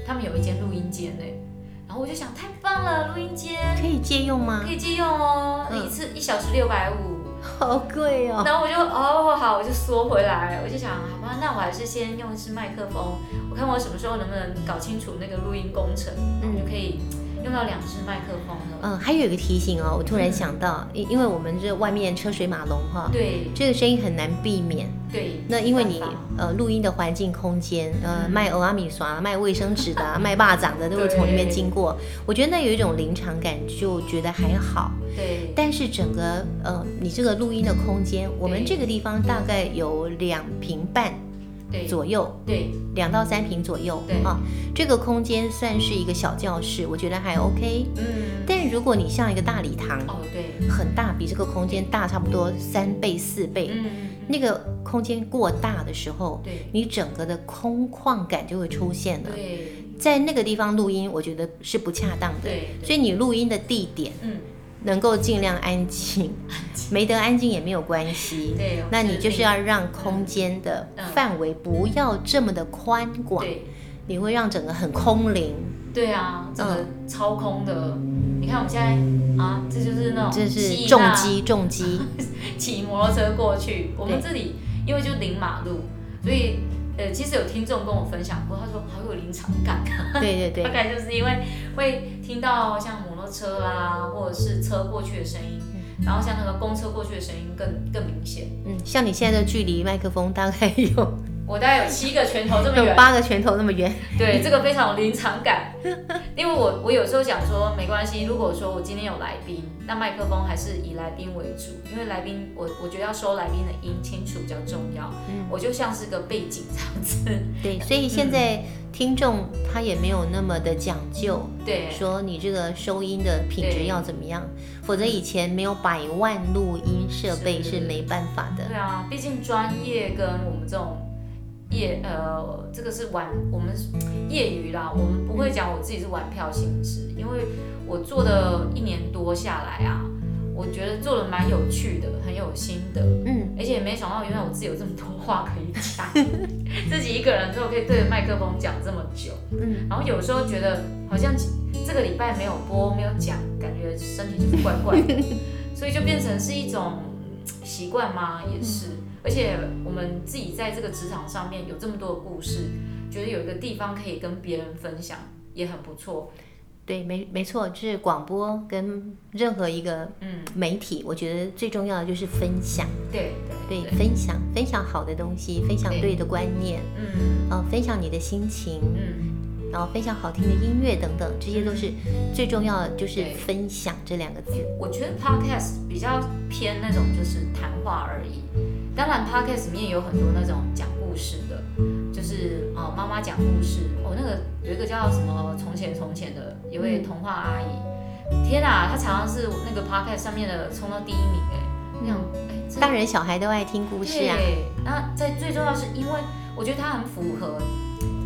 Speaker 1: 他们有一间录音间呢、然后我就想，太棒了，录音间
Speaker 2: 可以借用吗
Speaker 1: 可？以借用哦，
Speaker 2: 嗯
Speaker 1: 一次一小时六百五。
Speaker 2: 好贵哦。
Speaker 1: 然后我就哦好，我就缩回来，我就想好吧，那我还是先用一支麦克风，我看我什么时候能不能搞清楚那个录音工程，
Speaker 2: 嗯
Speaker 1: 然后就可以用到两支麦克风了。
Speaker 2: 嗯，还有一个提醒哦，我突然想到，因因为我们这外面车水马龙哈，
Speaker 1: 对
Speaker 2: 这个声音很难避免。
Speaker 1: 对，
Speaker 2: 那因为你
Speaker 1: 没办法
Speaker 2: 呃录音的环境空间，呃
Speaker 1: 嗯
Speaker 2: 卖欧阿米刷、卖卫生纸 的啊、卖蚂蚱的都会
Speaker 1: 对
Speaker 2: 从里面经过，我觉得那有一种临场感，就觉得还好。
Speaker 1: 对
Speaker 2: 但是整个呃你这个录音的空间，我们这个地方大概有两平半
Speaker 1: 对
Speaker 2: 左右，
Speaker 1: 对
Speaker 2: 两到三平左右
Speaker 1: 对
Speaker 2: 啊，这个空间算是一个小教室，我觉得还 OK。
Speaker 1: 嗯
Speaker 2: 但如果你像一个大礼堂，
Speaker 1: 哦对
Speaker 2: 很大，比这个空间大差不多三倍四倍，
Speaker 1: 嗯嗯
Speaker 2: 那个空间过大的时候，
Speaker 1: 对
Speaker 2: 你整个的空旷感就会出现了。
Speaker 1: 对
Speaker 2: 在那个地方录音，我觉得是不恰当的。
Speaker 1: 对对
Speaker 2: 所以你录音的地点
Speaker 1: 嗯
Speaker 2: 能够尽量安静，没得安静也没有关系。
Speaker 1: 对，我
Speaker 2: 那
Speaker 1: 觉
Speaker 2: 你
Speaker 1: 得
Speaker 2: 就是要让空间的
Speaker 1: 嗯
Speaker 2: 范围不要这么的宽广，
Speaker 1: 对
Speaker 2: 你会让整个很空灵。
Speaker 1: 对啊，
Speaker 2: 嗯
Speaker 1: 整个超空的，你看我们现在啊，这就是那种
Speaker 2: 这是
Speaker 1: 吸
Speaker 2: 重
Speaker 1: 纳
Speaker 2: 击，重击。
Speaker 1: 骑摩托车过去。我们
Speaker 2: 对
Speaker 1: 这里因为就临马路，所以呃，其实有听众跟我分享过，他说好有临场感，
Speaker 2: 对对
Speaker 1: 大
Speaker 2: 对，
Speaker 1: 概就是因为会听到像摩托车啦，或者是车过去的声音，然后像那个公车过去的声音更更明显。
Speaker 2: 嗯，像你现在的距离麦克风大概有
Speaker 1: 我大概有七个拳头这么
Speaker 2: 有
Speaker 1: 远，
Speaker 2: 八个拳头那 么远。
Speaker 1: 对，这个非常有临场感。 因为我我有时候想说，没关系，如果说我今天有来宾，那麦克风还是以来宾为主，因为来宾我我觉得要收来宾的音清楚比较重要。
Speaker 2: 嗯
Speaker 1: 我就像是个背景这样子，
Speaker 2: 对，所以现在听众他也没有那么的讲究，
Speaker 1: 对
Speaker 2: 说你这个收音的品质
Speaker 1: 对
Speaker 2: 要怎么样，否则以前没有百万录音设备
Speaker 1: 是
Speaker 2: 是没办法的。
Speaker 1: 对啊，毕竟专业跟我们这种业呃，这个是玩我们是业余啦，我们不会讲我自己是玩票性质，因为我做的一年多下来啊，我觉得做的蛮有趣的，很有心得。
Speaker 2: 嗯，
Speaker 1: 而且没想到，原来我自己有这么多话可以讲， 自己一个人之后可以对着麦克风讲这么久，
Speaker 2: 嗯，
Speaker 1: 然后有时候觉得好像这个礼拜没有播没有讲，感觉身体就是怪怪 的，所以就变成是一种嗯习惯嘛，也是。而且我们自己在这个职场上面有这么多的故事，觉得有一个地方可以跟别人分享也很不错。
Speaker 2: 对，没没错，就是广播跟任何一个
Speaker 1: 嗯，
Speaker 2: 媒体，我觉得最重要的就是分享，
Speaker 1: 对对
Speaker 2: 对，分享分享好的东西，分享
Speaker 1: 对
Speaker 2: 对的观念，
Speaker 1: 嗯
Speaker 2: 呃，分享你的心情，
Speaker 1: 嗯，
Speaker 2: 然后分享好听的音乐等等，这些都是最重要的，就是
Speaker 1: 对
Speaker 2: 分享这两个字。
Speaker 1: 我觉得 podcast 比较偏那种就是谈话而已。当然，podcast 里面有很多那种讲故事的，就是哦妈妈讲故事，哦那个有一个叫什么“从前从前”的，有位童话阿姨，天哪，她常常是那个 podcast 上面的冲到第一名哎，那种哎真的
Speaker 2: 大人小孩都爱听故事啊。
Speaker 1: 对，那在最重要是因为我觉得它很符合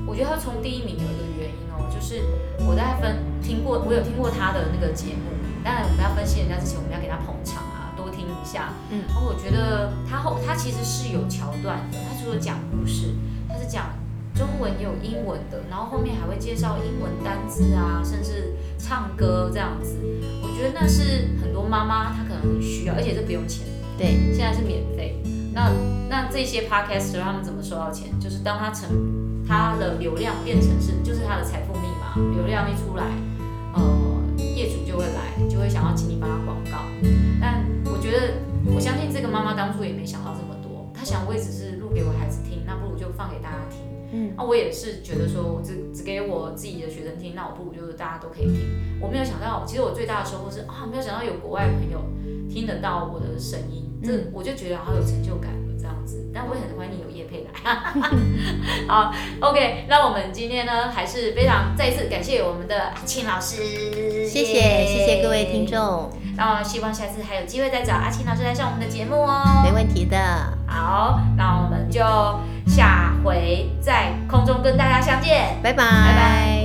Speaker 1: 我觉得他冲第一名有一个原因哦，就是我在分听过，我有听过他的那个节目。当然，我们要分析人家之前，我们要给他捧场啊，多听一下。
Speaker 2: 嗯
Speaker 1: 然后我觉得他后他其实是有桥段的，他除了讲故事，他是讲中文也有英文的，然后后面还会介绍英文单字啊，甚至唱歌这样子。我觉得那是很多妈妈她可能很需要，而且这不用钱。
Speaker 2: 对，
Speaker 1: 现在是免费。那那这些 podcaster 他们怎么收到钱？就是当他成他的流量变成是，就是他的财富密码，流量一出来，呃，业主就会来，就会想要请你帮他广告。但我觉得，我相信这个妈妈当初也没想到这么多，她想我也只是录给我孩子听，那不如就放给大家听。啊
Speaker 2: 嗯，
Speaker 1: 那我也是觉得说，我只只给我自己的学生听，那我不如就是大家都可以听。我没有想到，其实我最大的收获是啊，没有想到有国外朋友听得到我的声音，这
Speaker 2: 嗯
Speaker 1: 我就觉得好有成就感了这样子。但我也很欢迎有叶佩来。好，OK，那我们今天呢，还是非常再一次感谢我们的阿庆老师，
Speaker 2: 谢谢谢谢各位听
Speaker 1: 众。
Speaker 2: 众，
Speaker 1: 那希望下次还有机会再找阿庆老师来上我们的节目哦。
Speaker 2: 没问题的。
Speaker 1: 好，那我们就下回在空中跟大家相见。
Speaker 2: 拜拜，
Speaker 1: 拜拜。